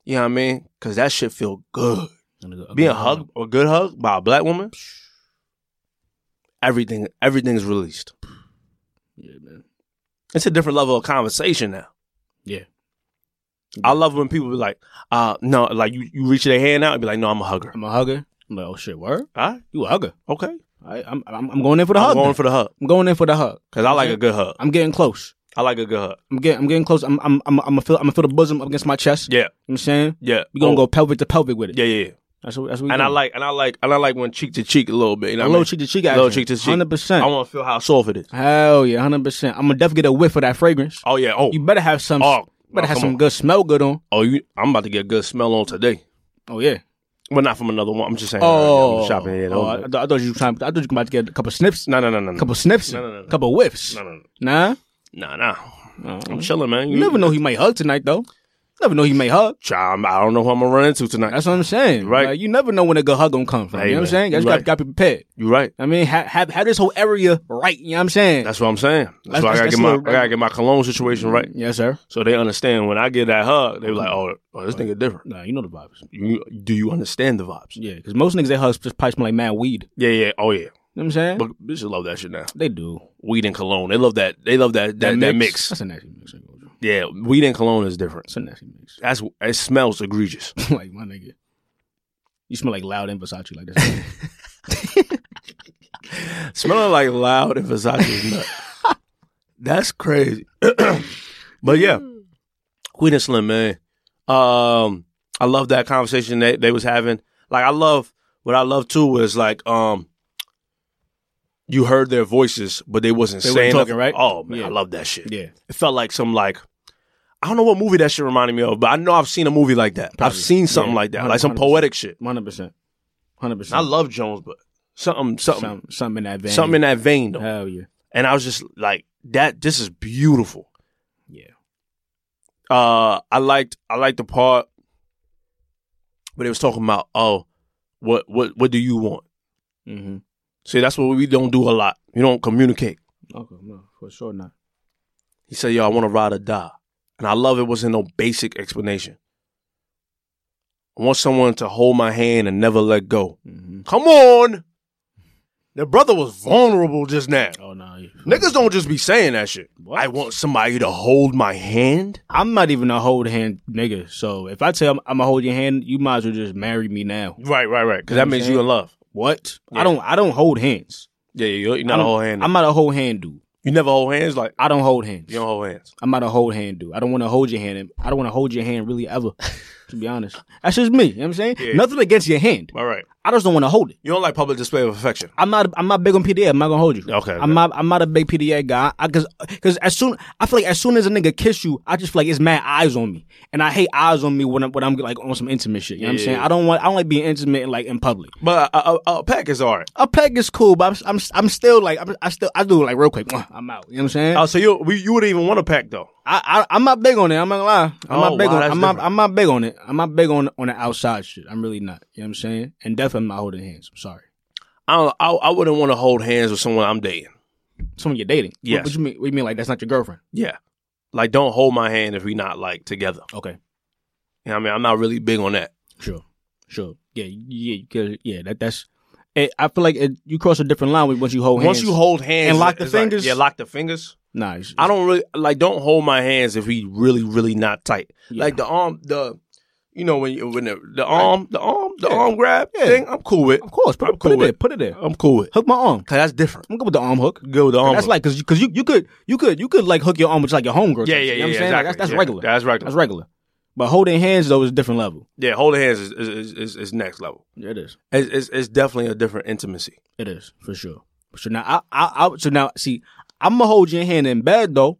You know what I mean? Because that shit feel good. Being hugged, a good hug by a black woman, everything everything's released. Yeah, man. It's a different level of conversation now. Yeah. I love when people be like, uh, no, like you, you reach their hand out and be like, no, I'm a hugger. I'm a hugger. I'm like, oh shit, word. Huh? You a hugger. Okay. I, I'm, I'm I'm going in for the I'm hug. going then. for the hug. I'm going in for the hug. Cause I like a good hug. I'm getting close. I like a good hug. I'm getting I'm getting close. I'm I'm I'm I'm gonna feel I'm gonna feel the bosom up against my chest. Yeah. You know what I'm saying? Yeah. We gonna Oh. go pelvic to pelvic with it. Yeah, yeah, yeah. That's what that's what we And I doing. like, and I like, and I like when cheek to cheek a little bit. You know what A I little mean? cheek to cheek Little action. cheek to cheek. 100%. I want to feel how soft it is. Hell yeah, hundred percent. I'm gonna definitely get a whiff of that fragrance. Oh yeah. Oh. You better have some Oh, you better oh, have come some on. good smell good on. Oh, you. I'm about to get a good smell on today. Oh yeah. Well, not from another one. I'm just saying. Oh, uh, I'm shopping here. oh, I, I thought you were trying I thought you were about to get a couple sniffs. no, no, no, no, no. couple sniffs. No, no, no, no. couple whiffs. No, no, no. Nah. Nah, nah. I'm chilling, man. You never know he may hug tonight though. Never know he may hug. Child, I don't know who I'm gonna run into tonight. That's what I'm saying. Right. Like, you never know when a good hug gonna come from. Hey, you know what I'm man. saying? You You just right. got, got to be prepared. you right. I mean, have, have have this whole area right. You know what I'm saying? That's what I'm saying. That's, That's- why I gotta that's- get my I that's little- Mm-hmm. gotta get my cologne situation right. yes, sir. So they understand when I get that hug, they be like, "Oh, oh this nigga different." Nah, you know the vibes. You, do you understand the vibes? Yeah, because most niggas they hug just probably smell like mad weed. Yeah, yeah, oh yeah. You know what I'm saying? But bitches love that shit now. they do. Weed and cologne, they love that. They love that that, that mix. That's a nasty mix. I told you. Yeah, weed and cologne is different. That's a nasty mix. That's it smells egregious. like my nigga, you smell like loud and Versace like that. Smelling like loud and Versace is nuts. That's crazy. but yeah, Queen and Mm. Slim, man. Um, I love that conversation they, they was having. Like, I love what I love too was like, um, you heard their voices, but they wasn't They saying wasn't talking, nothing. right? Oh man, Yeah. I love that shit. Yeah. it felt like some like. I don't know what movie that shit reminded me of, but I know I've seen a movie like that. I've Probably. seen something Yeah. like that, like some 100%. poetic shit. Hundred percent, hundred I percent. love Jones, but something, something, Something, something in that vein. something in that vein though. Hell yeah. And I was just like, that this is beautiful. Yeah. Uh I liked I liked the part where they was talking about, oh, what what what do you want? Mm-hmm. See, that's what we don't do a lot. We don't communicate. Okay, no, for sure not. He said, Yo, I want to ride or die. And I love it wasn't no basic explanation. I want someone to hold my hand and never let go. Mm-hmm. Come on. The brother was vulnerable just now. Oh no, yeah. Niggas don't just be saying that shit. I want somebody to hold my hand. I'm not even a hold hand nigga. So if I tell I'm, I'm gonna hold your hand, you might as well just marry me now. Right, right, right. Because You know that what means I'm you in love. What? Yeah. I don't. I don't hold hands. Yeah, yeah, you're not I'm- a whole hand. I'm not a whole hand dude. you never hold hands. Like I don't hold hands. you don't hold hands. I'm not a hold hand dude. I don't want to hold your hand. and I don't want to hold your hand really ever. to be honest, that's just me. You know what I'm saying Yeah. nothing against your hand. All right. I just don't want to hold it. You don't like public display of affection. I'm not. I'm not big on PDA. I'm not gonna hold you. Okay, okay. I'm not. I'm not a big PDA guy. Because because as soon I feel like as soon as a nigga kiss you, I just feel like it's mad eyes on me, and I hate eyes on me when I'm when I'm like on some intimate shit. You know what I'm saying? I don't want. I don't like being intimate and like in public. But uh, a, a, a pack is alright. A peck is cool, but I'm I'm, I'm still like I'm, I still I do like real quick. I'm out. You know what I'm saying? Oh, so you we, you wouldn't even want a pack though. I, I I'm not big on it. I'm not gonna lie. I'm Oh, not big wow, on. that's I'm not, different. I'm not big on it. I'm not big on on the outside shit. I'm really not. You know what I'm saying? And definitely I'm not holding hands. I'm sorry. I don't. I, I wouldn't want to hold hands with someone I'm dating. Someone you're dating. Yes. What, what you mean? What you mean like that's not your girlfriend? Yeah. Like don't hold my hand if we not like together. Okay. You know what I mean, I'm not really big on that. Sure. Sure. Yeah. Yeah. 'cause- yeah. That that's. It, I feel like it, you cross a different line when- once you hold Once hands. you hold hands And lock the it's like- fingers? yeah, lock the fingers. Nah. it's- I don't really like. Don't hold my hands if we really, really not tight. Yeah. Like the arm, the you know when you, when the, the arm, the arm, the arm grab thing. I'm cool with. Of course, put, I'm put cool it there. with. Put it there. I'm cool with. Hook my arm. Cause that's different. I'm good with the arm hook. Good with the arm. That's hook. like because you because you, you could you could you could like hook your arm with like your homegirl. Yeah, yeah, you yeah, know what I'm saying? exactly. Like, that's that's Yeah, regular. that's regular. That's regular. But holding hands though is a different level. yeah, holding hands is is, is, is, is next level. Yeah, it is. It's, it's it's definitely a different intimacy. It is for sure. So now I I, I so now see I'm gonna hold your hand in bed though.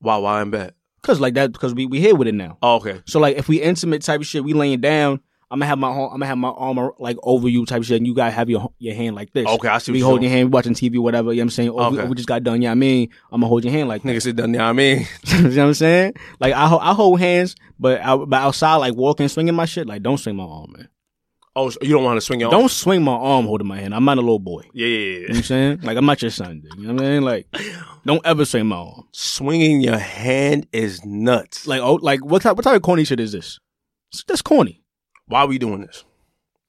Why why in bed? Cause like that because we we here with it now. Oh, okay. So like if we intimate type of shit, we laying down. I'm gonna have my I'm gonna have my arm ar- like over you type of shit, and you gotta have your your hand like this. Okay, I see what We you're hold your doing. hand, we watching TV, whatever. You know what I'm saying? Or we, Okay. or we just got done. Yeah, I mean, I'm gonna hold your hand like that. Nigga sit down. You know what I mean? you know what I'm saying? Like I ho- I hold hands, but I, but outside like walking, swinging my shit, like don't swing my arm, man. Oh, so you don't want to swing your Don't arm. swing my arm holding my hand. I'm not a little boy. Yeah, yeah, yeah, You know what yeah. I'm saying? Like I'm not your son. Dude. You know what I mean? Like don't ever swing my arm. Swinging your hand is nuts. Like oh like what type what type of corny shit is this? That's corny. Why we doing this?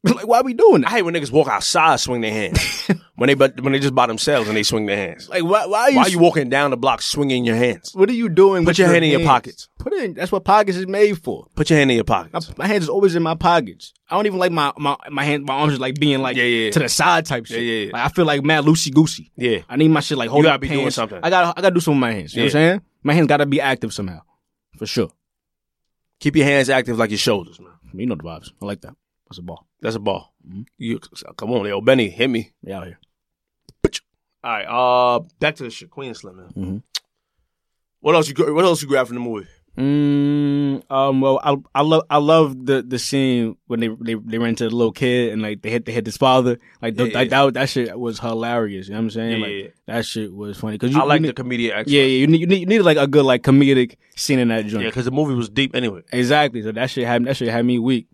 like why we doing that? I hate when niggas walk outside swing their hands. when they but when they just by themselves and they swing their hands. Like why why are you, Why you walking down the block swinging your hands? What are you doing? Put with your hand in your hands? pockets. Put it in. That's what pockets is made for. Put your hand in your My, pockets. my hands is always in my pockets. I don't even like my my my hand. My arms is like being like Yeah, yeah, yeah. to the side type shit. Yeah, yeah, yeah. Like I feel like mad loosey goosey. Yeah. I need my shit like holding gotta up be doing pants. something. I got I got to do something with my hands. You know what I'm saying? My hands got to be active somehow, for sure. Keep your hands active like your shoulders, man. You know the vibes. I like that. That's a ball. That's a ball. You come on, yo, Benny, hit me. They out here. All right, uh, back to the shit, Queen Slim, man. Mhm. What else you gra- What else you grab from the movie? Mm, um. Well, I I love I love the the scene when they they they ran to the little kid and like they hit they hit his father. Like, the, Yeah, like yeah. that that shit was hilarious. You know what I'm saying? Yeah, like yeah, yeah. that shit was funny because I like you the comedian accent. Yeah, yeah. You need, you need you need like a good like comedic scene in that joint. yeah, because the movie was deep anyway. Exactly. So that shit had that shit had me weak.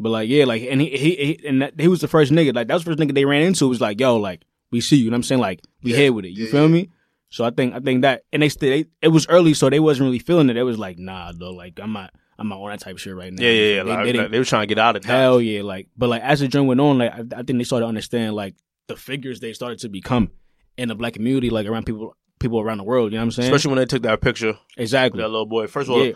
But like yeah, like and he he, he and that, he was the first nigga like that was the first nigga they ran into. It was like yo, like we see you. you know what I'm saying like we here with it. You feel me? So I think I think that and they still they, it was early, so they wasn't really feeling it. They was like nah, though. Like I'm not I'm not on that type of shit right now. Yeah, yeah, yeah. They- like, they didn't- like, they were trying to get out of that. Hell yeah, like but like as the journey went on, like I, I think they started to understand like the figures they started to become in the black community, like around people people around the world. You know what I'm saying? Especially when they took that picture, exactly. that little boy. First of all, Yeah.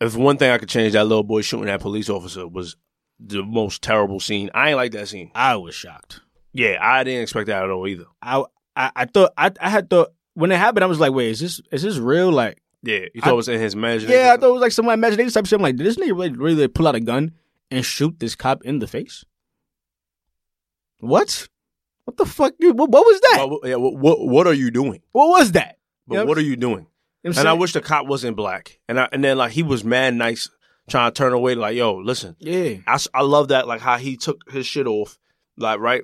if one thing I could change, that little boy shooting that police officer was the most terrible scene. I ain't like that scene. I was shocked. Yeah, I didn't expect that at all either. I I, I thought I, I had thought when it happened, I was like, wait, is this is this real? Like, Yeah, you thought it was in his imagination. yeah, I thought it was like some imagination type shit. I'm like, did this nigga really, really pull out a gun and shoot this cop in the face? What? What the fuck? Dude? What, what was that? Well, what, yeah, what, what what are you doing? What was that? But Yeah, what are you doing? You know what I'm And I saying? wish the cop wasn't black. And I, and then like he was mad nice, trying to turn away. Like yo, listen, yeah, I, s- I love that like how he took his shit off. Like right,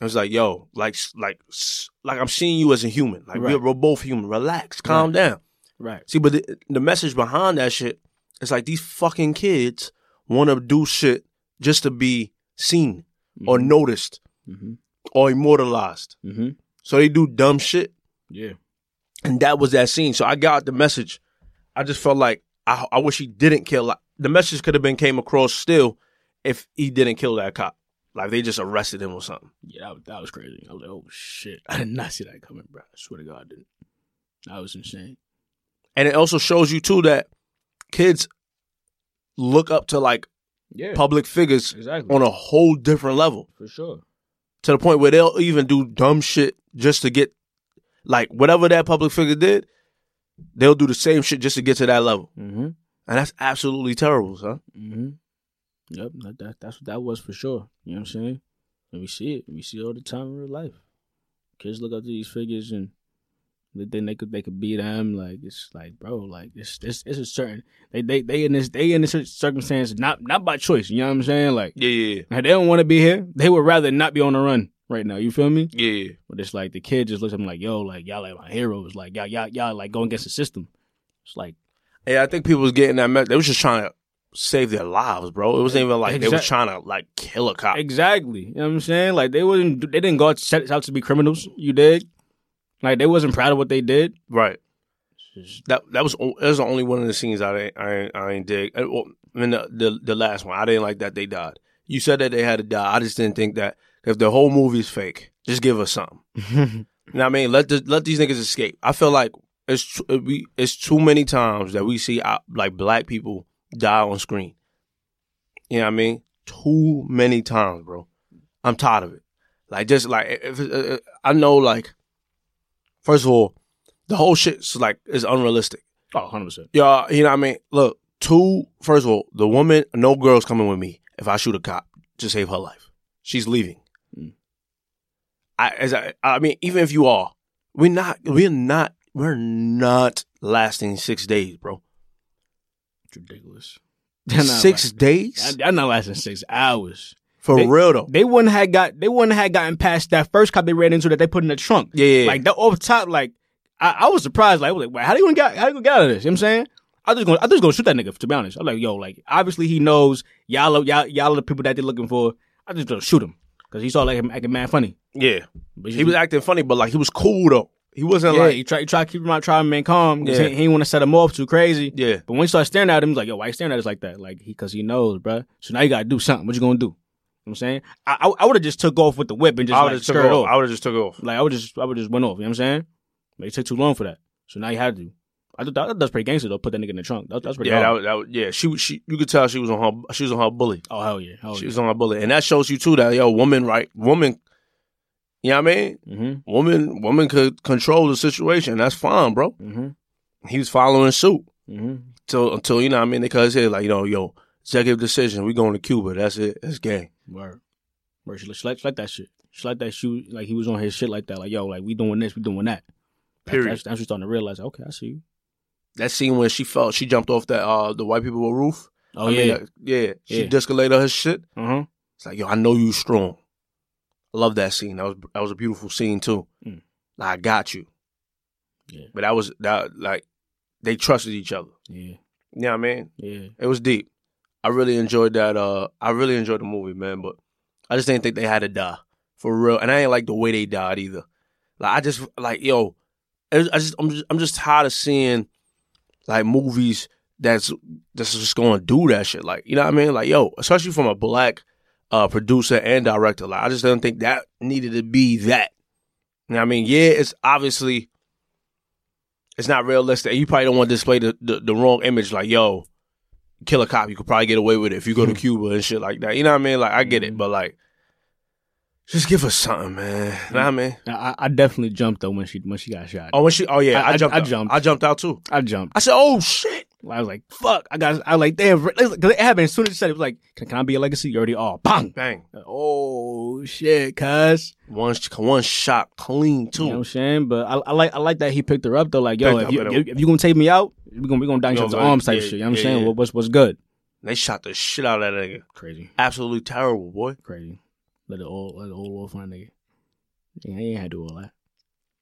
I was like yo, like s- like s- like I'm seeing you as a human. Like Right. we're, we're both human. Relax, calm down. right. See, but the, the message behind that shit is like these fucking kids want to do shit just to be seen or Mm-hmm. noticed Mhm. or immortalized. Mhm. So they do dumb shit Yeah, and that was that scene. So I got the message. I just felt like I, I wish he didn't kill. Like, the message could have been came across still if he didn't kill that cop. Like they just arrested him or something. yeah. That, was- that was crazy. I was like, oh shit, I did not see that coming, bro. I swear to God, I didn't. That was insane. And it also shows you too that kids look up to like Yeah, public figures exactly. on a whole different level for sure. to the point where they'll even do dumb shit just to get like whatever that public figure did. They'll do the same shit just to get to that level, Mm-hmm. and that's absolutely terrible, son. Mm-hmm. Yep, that, that, that's what that was for sure. You know what I'm saying? And we see it. We see it all the time in real life. Kids look up to these figures and they think they could they could be them. Like it's like, bro, like it's it's, it's a certain they, they they in this they in this circumstance not not by choice. You know what I'm saying? Like Yeah, yeah, now, they don't want to be here. They would rather not be on the run right now. You feel me? yeah. yeah. But it's like the kid just looks at me like, yo, like y'all like my heroes. Like y'all y'all y'all like going against the system. It's like Yeah, I think people was getting that message. They was just trying to save their lives, bro. It wasn't even like they was Exact- trying to like kill a cop. Exactly. You know what I'm saying? Like they wasn't they didn't go out set out to be criminals. You dig? Like they wasn't proud of what they did. Right. That that was o- that was the only one of the scenes I didn't I ain't, I ain't dig. Uh, Well, I mean the, the the last one I didn't like that they died. You said that they had to die. I just didn't think that if the whole movie is fake, just give us something. You know what I mean, let the, let these niggas escape. I feel like it's too, it be, it's too many times that we see uh, like black people die on screen. You know what I mean? Too many times, bro. I'm tired of it. Like just like if uh, I know, like first of all, the whole shit's like is unrealistic. Oh, 100 percent. Yeah, you know what I mean? Look, two, first of all, the woman, no girl's coming with me if I shoot a cop to save her life. She's leaving. Mm. I, as I, I mean, even if you are, we're not, we're not, we're not lasting six days, bro. Ridiculous. Six days? That, that not lasting six hours. For They- real though. They wouldn't have got. They wouldn't have gotten past that first cop they ran into that they put in the trunk. Yeah, yeah, yeah. Like that off top. Like I, I was surprised. Like, I was like, "Wait, how they gonna get? How they gonna get out of this? You know what I'm saying. I just gonna, I just gonna shoot that nigga. To be honest, I'm like, yo, like obviously he knows y'all, are- y'all, y'all are the people that they're looking for. I just gonna shoot him because he saw like him acting mad funny. Yeah. he was acting funny, but like he was cool though. He wasn't yeah, like, he try, he try to keep him out, try to remain calm. 'cause Yeah. He, he didn't want to set him off too crazy. Yeah. But when you start staring at him, he's like, yo, why you staring at us like that? Like, he, cause he knows, bruh. So now you gotta do something. What you gonna do? You know what I'm saying? I, I, I would have just took off with the whip and just I like, would've took skirt off. off. I would've just took off. Like, I would just, I would just went off. You know what I'm saying? But it took too long for that. So now you had to. I thought that, that's pretty gangster though. Put that nigga in the trunk. That, that's pretty. yeah, that, hard. was- that, was- yeah. She, she, you could tell she was on her, she was on her bully. Oh hell yeah, hell she yeah. was on her bully, and that shows you too that yo, woman, right, woman. You know what I mean? Mm-hmm. Woman, woman could control the situation. That's fine, bro. He was following suit Mm-hmm. till until you know what I mean. They cut his head like you know, yo, executive decision. We going to Cuba. That's it. That's gang. Word. Word. She, she, like, she like that shit. She like that shoe. Like he was on his shit like that. Like yo, like we doing this, we doing that. That's- Period. That's, that's, what you starting to realize. okay, I see you. That scene when she fell, she jumped off that uh the white people roof. Oh, I mean, yeah. uh, yeah. She Yeah. discolated her shit. Uh-huh. It's like yo, I know you strong. I love that scene. That was that was a beautiful scene too. Mm. Like, I got you. Yeah. But that was that like they trusted each other. Yeah. You know what I mean? Yeah. It was deep. I really enjoyed that. Uh, I really enjoyed the movie, man. But I just didn't think they had to die for real, and I ain't like the way they died either. Like I just like yo, it was- I just I'm just I'm just tired of seeing like movies that's that's just going to do that shit. Like you know what I mean? Like yo, especially from a black uh producer and director. Like I just didn't think that needed to be that. You know what I mean? Yeah, it's obviously it's not realistic. You probably don't want to display the, the, the wrong image. Like yo, kill a cop, you could probably get away with it if you go to Cuba and shit like that. You know what I mean? Like I get it, but like just give us something, man. Know what I mean? Now, I, I definitely jumped though when she when she got shot. Oh, when she, oh yeah, I, jumped. I out. jumped. I jumped out too. I jumped. I said, oh shit. I was like, fuck. I got. I was like, damn. re- Cause it happened as soon as she said it. it was like, can, can I be a legacy? You already are. Bang. Bang. Oh shit, cuz. One, sh- one shot clean too. You know what I'm saying? But I, I like I like that he picked her up though. Like, yo, Picked if up you, at if, him. if you gonna take me out, we gonna we gonna down each Yo, other's like, arms yeah, type shit. You know what I'm yeah, saying? yeah. What, what's what's good? they shot the shit out of that nigga. Crazy, Absolutely terrible, boy. crazy. Let the old let the old wolf on nigga. Yeah, he ain't had to do all that.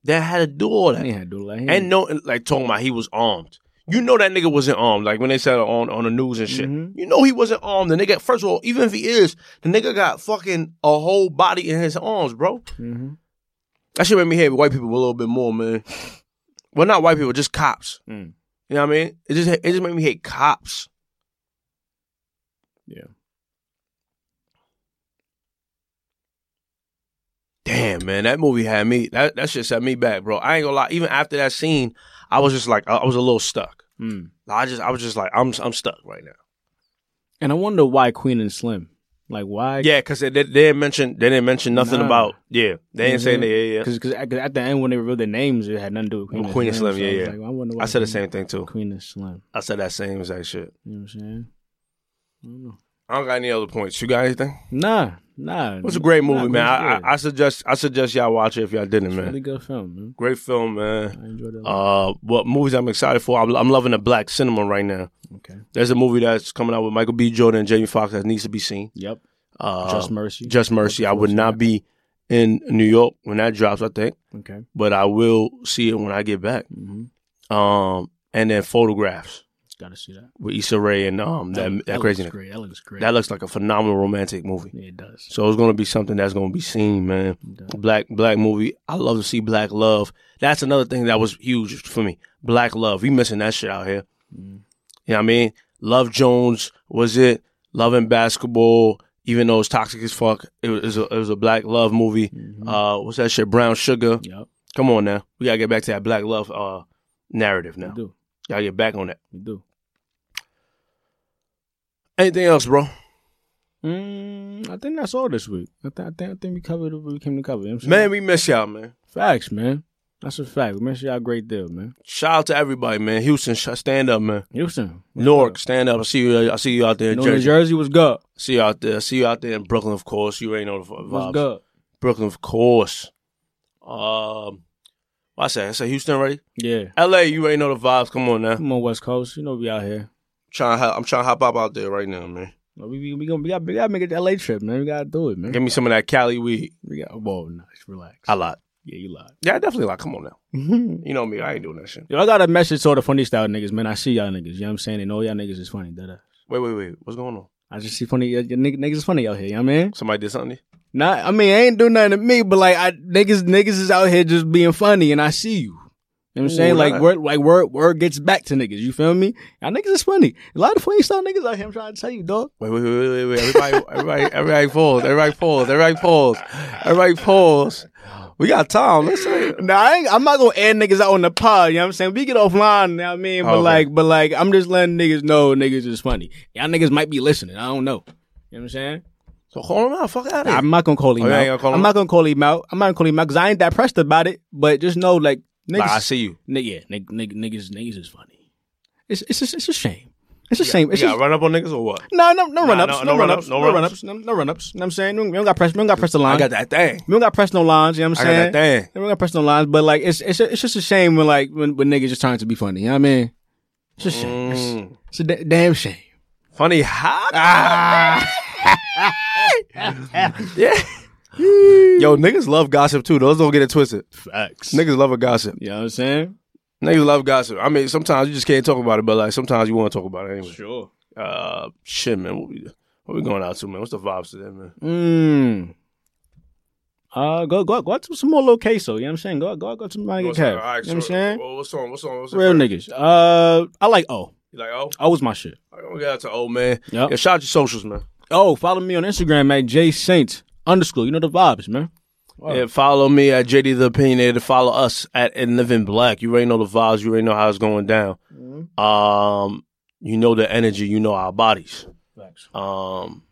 They had to do all that. He ain't had to do all that. He And ain't- no, and, like talking about he was armed. You know that nigga wasn't armed. Like when they said on on the news and shit, Mhm. you know he wasn't armed. The nigga, first of all, even if he is, the nigga got fucking a whole body in his arms, bro. Mhm. That shit made me hate white people a little bit more, man. well, not white people, just cops. Mm. You know what I mean? It just it just made me hate cops. Yeah. Damn, man, that movie had me. That that shit set me back, bro. I ain't gonna lie. Even after that scene, I was just like, I, I was a little stuck. Mm. I just, I was just like, I'm, I'm stuck right now. And I wonder why Queen and Slim. Like why? Yeah, because they, they didn't mention, they didn't mention nothing Nah. Mm-hmm. about. Yeah, they ain't saying that. Yeah, yeah. Because at 'cause at the end when they revealed their names, it had nothing to do with Queen, Queen and and Slim, Slim. yeah, so I was yeah. like, well, I, wonder why I said the Queen- same thing too. Queen and Slim. I said that same exact shit. You know what I'm saying? I don't know. I don't got any other points. You got anything? Nah, nah. It was a great nah, movie, Queen's man. I, good. I, I suggest, I suggest y'all watch it if y'all didn't, It's a man. really good film, man. Great film, man. I enjoyed it. a lot. Uh, what movies I'm excited for? I'm, I'm loving the black cinema right now. okay. There's a movie that's coming out with Michael B. Jordan and Jamie Foxx that needs to be seen. Yep. Uh, Just Mercy. Just Mercy. I would not be in New York when that drops, I think, Okay. but I will see it when I get back. Mm-hmm. Um, and then photographs Gotta see that. with Issa Rae and um that that, crazy nigga. looks great. Oh, That looks great. That looks like a phenomenal romantic movie. yeah, it does. So it's gonna be something that's gonna be seen, man. Okay. Black black movie. I love to see black love. That's another thing that was huge for me. Black love. We missing that shit out here. Mm-hmm. You know what I mean? Love Jones was it? Loving basketball, even though it's toxic as fuck. It was a, it was a black love movie. Mm-hmm. Uh, what's that shit? Brown Sugar. Yep. Come on now, we gotta get back to that black love uh narrative We now. do. Y'all get back on that. We do. Anything else, bro? Mm, I think that's all this week. I, th- I think I think we covered what we came to cover. You know what I'm saying? Man, we miss y'all, man. Facts, man. That's a fact. We miss y'all a great deal, man. Shout out to everybody, man. Houston, sh- stand up, man. Houston, Newark, stand up. I see you. I see you out there in Newark, Jersey. Jersey, what's good? See you out there. I see you out there in Brooklyn, of course. You already know the vibes. What's good? Brooklyn, of course. Um, what I say? I say Houston already. Yeah. L.A. You already know the vibes. Come on now. Come on, West Coast. You know we out here. Trying. I'm trying to hop up out there right now, man. Well, We we, we gonna we got we gotta make it to LA trip, man. We gotta do it, man. Give me some of that Cali weed. We got whoa, nice, relax. I lied. Yeah, you lied. Yeah, I definitely lied. Come on now. You know me. I ain't doing that shit. Yo, I got a message to all the funny style niggas, man. I see y'all niggas. You know what I'm saying? And all y'all niggas is funny. Da-da. Wait, wait, wait. What's going on? I just see funny y- y- nigg- niggas is funny out here. You know what I mean? Somebody did something? to you? Not, I mean, I ain't do nothing to me, but like, I niggas niggas is out here just being funny, and I see you. You know what I'm saying? Ooh, Like nah. word, like word, word gets back to niggas. You feel me? Y'all niggas is funny. A lot of funny style niggas out here. I'm trying to tell you, dog. Wait, wait, wait, wait, wait, wait. Everybody, everybody, everybody pause. Everybody pause. Everybody pause. Everybody pause. We got time. Listen. Nah, I ain't, I'm not gonna add niggas out on the pod. You know what I'm saying? We get offline. You know what I mean? But Okay. like, but like, I'm just letting niggas know niggas is funny. Y'all niggas might be listening. I don't know. You know what I'm saying? So call him out. Fuck out of here. I'm not gonna call him Oh, you out. ain't gonna call I'm him not gonna call him out. I'm not gonna call him out because I ain't that pressed about it. But just know, like niggas, Nah, I see you. Nigga, yeah, nigg- nigg- niggas, niggas is funny. It's it's it's, it's a shame. It's a shame. It's You got just- run up on niggas or what? no, no, Nah, no run ups, no- no no run ups, run-ups, no no run ups, no run ups. You know what I'm saying? We don't got press, we don't got press the line. I got that thing. We don't got personal lines, you know what I'm I got saying? that thing. We don't got personal lines, but like it's it's it's just a shame when like when, when niggas just trying to be funny, you know what I mean? It's a shame. It's, it's a da- damn shame. Mm. Funny how? Ah. yeah. Yo, niggas love gossip too. Those don't get it twisted. Facts. Niggas love a gossip. You know what I'm saying? Niggas love gossip. I mean, sometimes you just can't talk about it, but like sometimes you want to talk about it anyway. Sure. Uh, shit, man. What we, what we going out to, man? What's the vibes today, man? Mm. Uh go go go out to some more little queso, you know what I'm saying? Go go go to my What's nigga Kev. up? All right, You know what I'm so, saying? well, What's on? What's on? What's Real on? niggas. Uh I like O. You like, oh, O was my shit. I don't get out to old man. Yep. Yeah, shout out your socials, man. Oh, follow me on Instagram at J Saint underscore. You know the vibes, man. Yeah, follow me at JD the Opinionator. Follow us at In Living Black. You already know the vibes. You already know how it's going down. Mm-hmm. Um, you know the energy. You know our bodies. Facts. Um,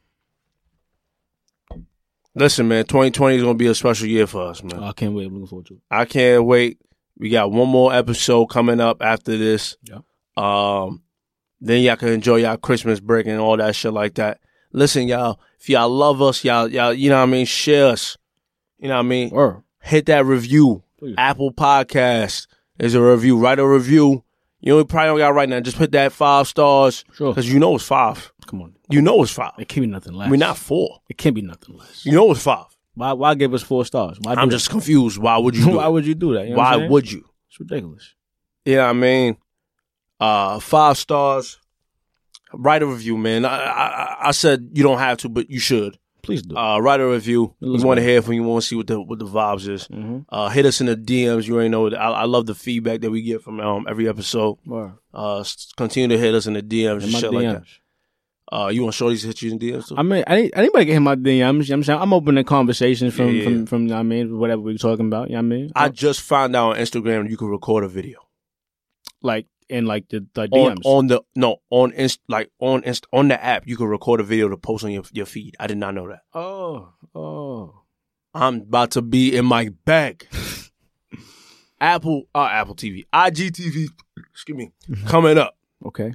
listen, man. Twenty twenty is gonna be a special year for us, man. Oh, I can't wait. I'm looking forward to it. I can't wait. We got one more episode coming up after this. Yeah. Um, then y'all can enjoy y'all Christmas break and all that shit like that. Listen, y'all. If y'all love us, y'all, y'all, you know what I mean. Share us. You know what I mean Word. hit that review. Please. Apple Podcast is a review. Write a review. You know, probably don't got right now. Just hit that five stars Sure. because you know it's five. Come on. You know it's five. It can't be nothing less. We're not four. It can't be nothing less. You know it's five. Why? Why give us four stars? Why? do I'm that? just confused. Why would you? Do why it? would you do that? You know what I'm Why saying? would you? It's ridiculous. Yeah, I mean, uh, five stars. Write a review, man. I, I I- I said you don't have to, but you should. Please do. Uh, write a review. It looks you want to good. hear from you. Want to see what the what the vibes is. mm-hmm. Uh, hit us in the DMs. You already know. I, I love the feedback that we get from um, every episode. Word. Uh, s- continue to hit us in the DMs In and my shit DMs. like that. Uh, you want shorties to hit you in DMs too? I mean, any- anybody can hit my DMs. You know what I'm saying I'm open to conversations from Yeah, yeah, from yeah. from. You know what I mean, whatever we're talking about. You know what I mean, I just found out on Instagram you can record a video like in like the, the on, DMs. on the no on inst, like on inst, on the app you can record a video to post on your your feed. I did not know that. oh, oh. I'm about to be in my bag. Apple, uh, Apple TV, IGTV, excuse me, coming up. Okay.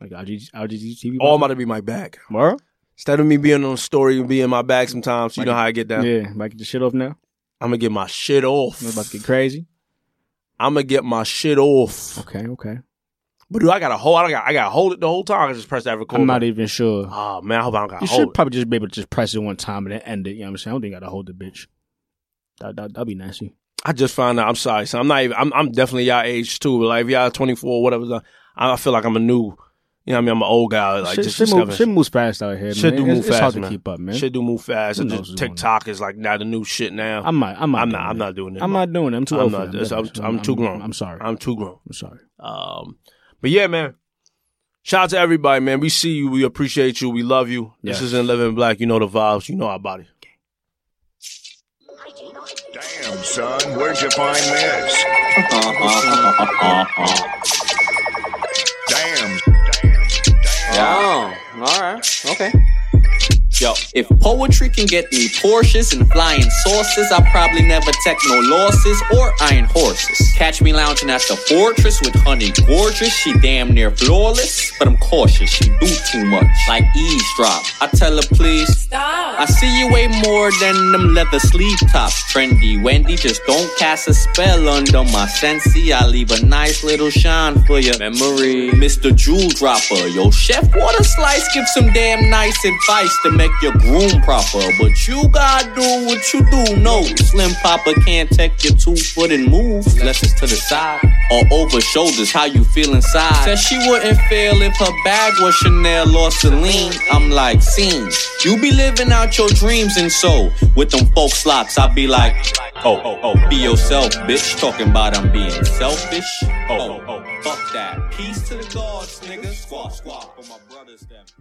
Like RG, RGGTV. All about to be my bag. Word? Instead of me being on story and being in my bag sometimes, you know how I get down. Yeah, might get the shit off now. I'm gonna get my shit off. I'm about to get crazy. I'm gonna get my shit off. Okay, okay. But do I gotta hold? I got I gotta hold it the whole time. I can just press that record. I'm not even sure. Oh man, I hope I don't gotta You hold. should it. probably just be able to just press it one time and then end it. You know what I'm saying? I don't think I gotta hold the bitch. That that that'd be nasty. I just found out. I'm sorry, so I'm not even. I'm, I'm definitely y'all age too. Like if y'all 24, whatever. I I feel like I'm a new. You know what I mean? I'm an old guy. Like shit, just shit, move, discovering. shit moves fast out here. Shit man. do It's- move It's hard fast, to man. keep up, man. Shit do move fast. Who It's knows just- what's going on? TikTok is like now the new shit now. I'm not. I'm I'm not. doing not. I'm that. not doing it. I'm not doing it. I'm too I'm old not- for that. it's- I'm- bitch. I'm too grown. I'm sorry. I'm, I'm too grown. sorry. Um, but yeah, man. Shout out to everybody, man. We see you. We appreciate you. We love you. Yes. This isn't living black. You know the vibes. You know our body. Damn, son, where'd you find this? Damn, damn, damn. Yeah, all right, okay. Yo, if poetry can get me Porsches and flying saucers, I probably never take no losses or iron horses. Catch me lounging at the fortress with honey gorgeous. She damn near flawless, but I'm cautious. She do too much, like eavesdrop. I tell her please stop. I see you way more than them leather sleeve tops. Trendy Wendy, just don't cast a spell under my sensei. I leave a nice little shine for your memory. Mr. Jewel Dropper, yo chef water slice, give some damn nice advice to make your groom proper. But you gotta do what you do. No, Slim Papa can't take your two foot and move. Unless it's to the side or over shoulders. How you feel inside? Said she wouldn't feel if her bag was Chanel or Celine. I'm like, scene. You be living out your dreams and so with them folk slops. I be like, oh, oh, oh, be yourself, bitch. Talking about I'm being selfish. Oh, oh, oh, fuck that. Peace to the gods, nigga. Squaw, squaw for my brothers, them.